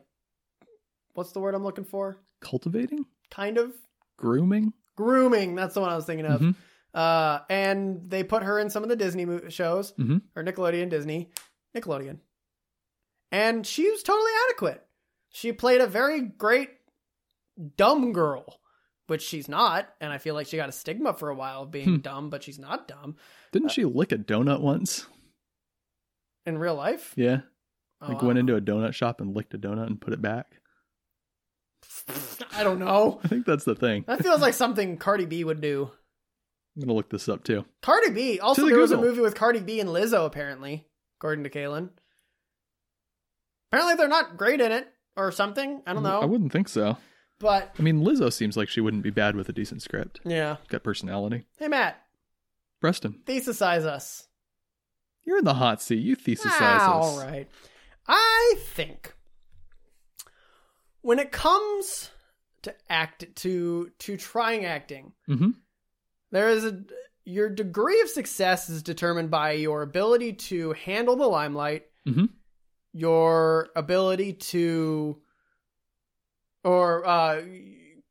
what's the word I'm looking for?
Cultivating,
Kind of
grooming.
grooming. That's the one I was thinking of.
Mhm.
Uh, and they put her in some of the Disney mo- shows
Mhm.
or Nickelodeon, Disney, Nickelodeon, and she was totally adequate. She played a very great dumb girl, which she's not, and I feel like she got a stigma for a while of being
Hmm.
dumb, but she's not dumb
Didn't she lick a donut once?
in real life.
Yeah,
Oh,
like
I
went
don't
into a donut shop and licked a donut and put it back.
know. [LAUGHS] I don't know.
I think that's the thing.
That feels like something Cardi B would do.
I'm gonna look this up too.
Cardi B. Also,
the
there was a
Google.
movie with Cardi B and Lizzo, apparently, according to Kalen. Apparently, they're not great in it or something. I don't know.
Mm, I wouldn't think so.
but
I mean, Lizzo seems like she wouldn't be bad with a decent script.
yeah.
Got personality.
Hey, Matt,
Preston,
thesisize us.
you're in the hot seat. You thesisize
Ah,
us.
All right. I think when it comes to act to to trying acting,
Mm-hmm.
There is a your degree of success is determined by your ability to handle the limelight,
Mhm.
your ability to, or uh,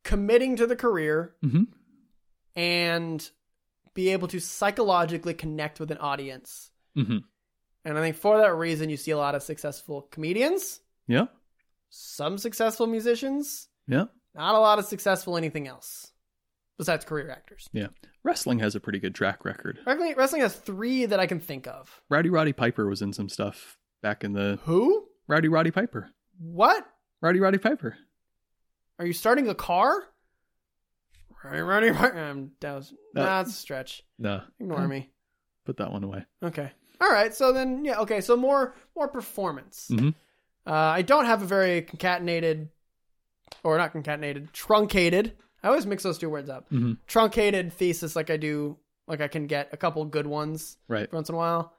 committing to the career,
Mhm.
and be able to psychologically connect with an audience.
Mm-hmm.
And I think for that reason, you see a lot of successful comedians,
Yeah.
some successful musicians,
Yeah.
not a lot of successful anything else besides career actors.
Yeah. Wrestling has a pretty good track record.
Wrestling, wrestling has three that I can think of.
Rowdy Roddy Piper was in some stuff back in the
Who?
Rowdy Roddy Piper.
What?
Rowdy Roddy Piper.
Are you starting a car? Runny, runny, runny. Um, that was
That-
nah, that's a stretch.
No,
Ignore me.
put that one away.
Okay. All right. So then, yeah. Okay. So more more performance.
Mhm.
Uh, I don't have a very concatenated, or not concatenated, truncated. I always mix those two words up.
Mhm.
Truncated thesis, like I do, like I can get a couple good ones
Right.
every once in a while.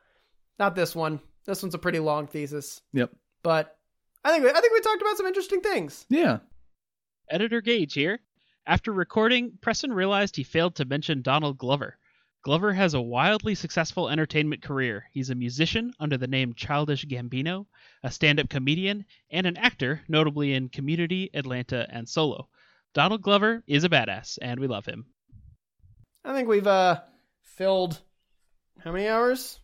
Not this one. This one's a pretty long thesis,
Yep.
but I think I think we talked about some interesting things.
Yeah.
Editor Gage here. After recording, Preston realized he failed to mention Donald Glover. Glover has a wildly successful entertainment career. He's a musician under the name Childish Gambino, a stand up comedian, and an actor, notably in Community, Atlanta, and Solo. Donald Glover is a badass, and we love him.
I think we've uh filled how many hours?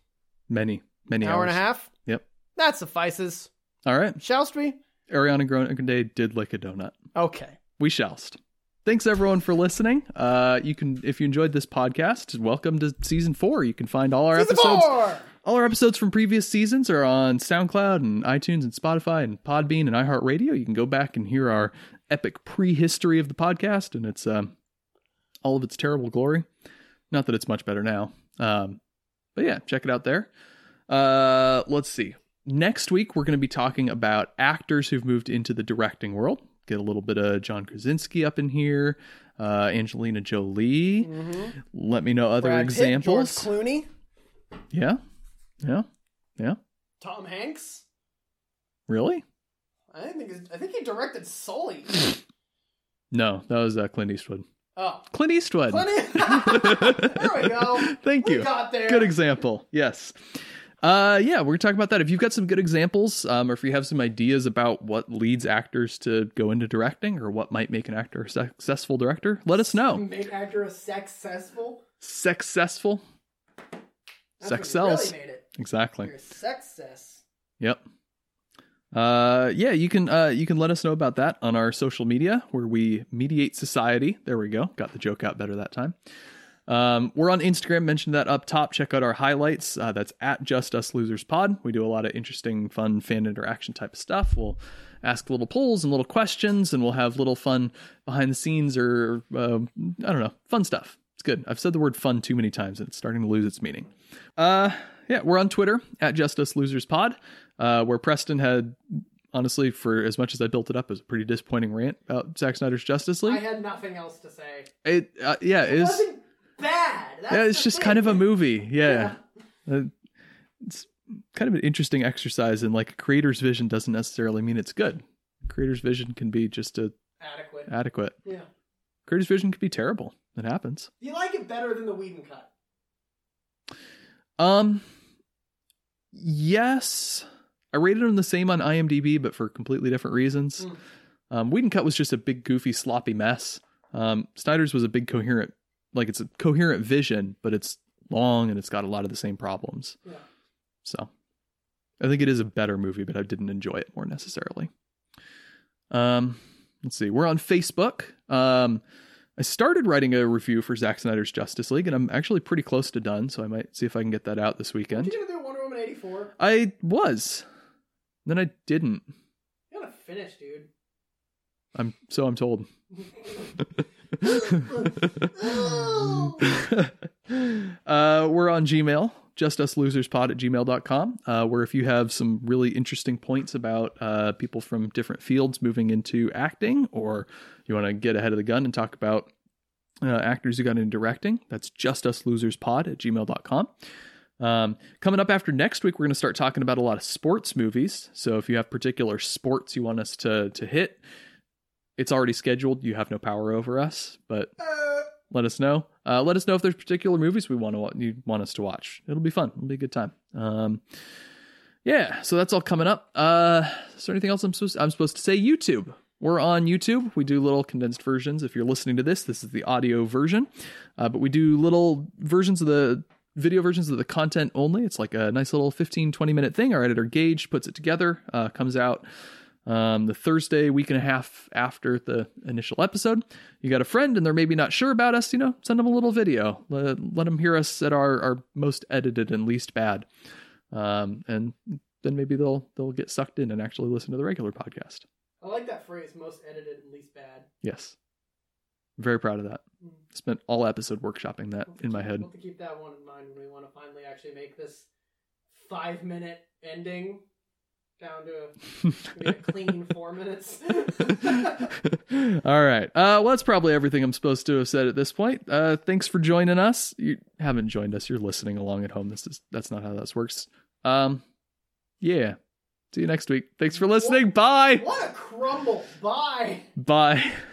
Many, many
hour
hours.
and a half.
Yep.
That suffices.
All right.
Shall we?
Ariana Grande did lick a donut.
Okay.
We shallst. thanks everyone for listening. Uh, you can if you enjoyed this podcast, welcome to season four. You can find all our
Season
episodes.
four!
All our episodes from previous seasons are on SoundCloud and iTunes and Spotify and Podbean and iHeartRadio. You can go back and hear our epic prehistory of the podcast and its um, all of its terrible glory. Not that it's much better now, um, but yeah, check it out there. Uh, let's see. Next week we're going to be talking about actors who've moved into the directing world. Get a little bit of John Krasinski up in here, uh, Angelina Jolie. Let me know other
Mm-hmm. Brad Pitt,
examples.
George Clooney,
yeah, yeah, yeah.
Tom Hanks.
Really?
I didn't think. he's- I think he directed
[LAUGHS]
Sully.
No, that was uh, Clint Eastwood.
Oh,
Clint Eastwood.
Clooney.
[LAUGHS]
there we go.
Thank
We
you.
got there.
Good example. Yes. Uh, yeah, we're gonna talk about that. If you've got some good examples, um, or if you have some ideas about what leads actors to go into directing, or what might make an actor a successful director, let us know.
Make actor successful.
Successful.
That's
Sex
what really
sells.
made it.
Exactly.
Your success.
Yep. Uh, yeah, you can uh, you can let us know about that on our social media where we mediate society. There we go. Got the joke out better that time. Um, we're on Instagram. Mentioned that up top. Check out our highlights. Uh, that's at Just Us Losers Pod. We do a lot of interesting, fun fan interaction type of stuff. We'll ask little polls and little questions, and we'll have little fun behind the scenes or uh, I don't know, fun stuff. It's good. I've said the word fun too many times, and it's starting to lose its meaning. Uh, yeah, we're on Twitter at Just Us Losers Pod, uh, where Preston had honestly, for as much as I built it up, as a pretty disappointing rant about Zack Snyder's Justice
I
League.
had nothing else to say.
It uh, yeah, it
It
is
wasn't bad. That's
yeah, it's
the
just
thing.
kind of a movie. Yeah. Uh, it's kind of an interesting exercise and like a creator's vision doesn't necessarily mean it's good. Creator's vision can be just a
adequate.
adequate.
Yeah,
Creator's vision can be terrible. It happens.
you like it better than the Whedon cut.
Um yes. I rated them the same on IMDb but for completely different reasons.
Mm.
Um Whedon Cut was just a big goofy sloppy mess. Um Snyder's was a big coherent like it's a coherent vision, but it's long and it's got a lot of the same problems.
Yeah.
So I think it is a better movie, but I didn't enjoy it more necessarily. Um, let's see. We're on Facebook. Um, I started writing a review for Zack Snyder's Justice League, and I'm actually pretty close to done, so I might see if I can get that out this
Did
weekend.
you gonna do Wonder Woman eighty four?
I was. Then I didn't.
You gotta finish, dude.
[LAUGHS] I'm so I'm told. [LAUGHS] uh, we're on Gmail, justuslosers.pod at gmail.com, uh, where if you have some really interesting points about uh, people from different fields moving into acting, or you want to get ahead of the gun and talk about uh, actors who got into directing, that's justuslosers.pod at gmail.com. Um, coming up after next week, we're going to start talking about a lot of sports movies. So if you have particular sports you want us to to hit, it's already scheduled. You have no power over us, but
Uh,
let us know. Uh, let us know if there's particular movies we want to you want us to watch. It'll be fun. It'll be a good time. Um, yeah, so that's all coming up. Uh, is there anything else I'm supposed I'm supposed to say? YouTube. We're on YouTube. We do little condensed versions. If you're listening to this, this is the audio version, uh, but we do little versions of the video versions of the content only. It's like a nice little 15 20 minute thing. Our editor Gage puts it together. Uh, comes out um, the Thursday week and a half after the initial episode. You got a friend and they're maybe not sure about us, you know, send them a little video. Let, let them hear us at our, our most edited and least bad. Um, and then maybe they'll they'll get sucked in and actually listen to the regular podcast.
I like that phrase. Most edited and least bad.
Yes. I'm very proud of that. Spent all episode workshopping
We'll
that
have to
in my
keep-
head. [LAUGHS]
We'll have to keep that one in mind when we want to finally actually make this five minute ending down to a, maybe a
[LAUGHS]
clean four minutes.
All right. Uh, well, that's probably everything I'm supposed to have said at this point. Uh, thanks for joining us. You haven't joined us. You're listening along at home. This is that's not how this works. Um, yeah. See you next week. Thanks for listening. Bye.
what a crumble! Bye.
Bye. [LAUGHS]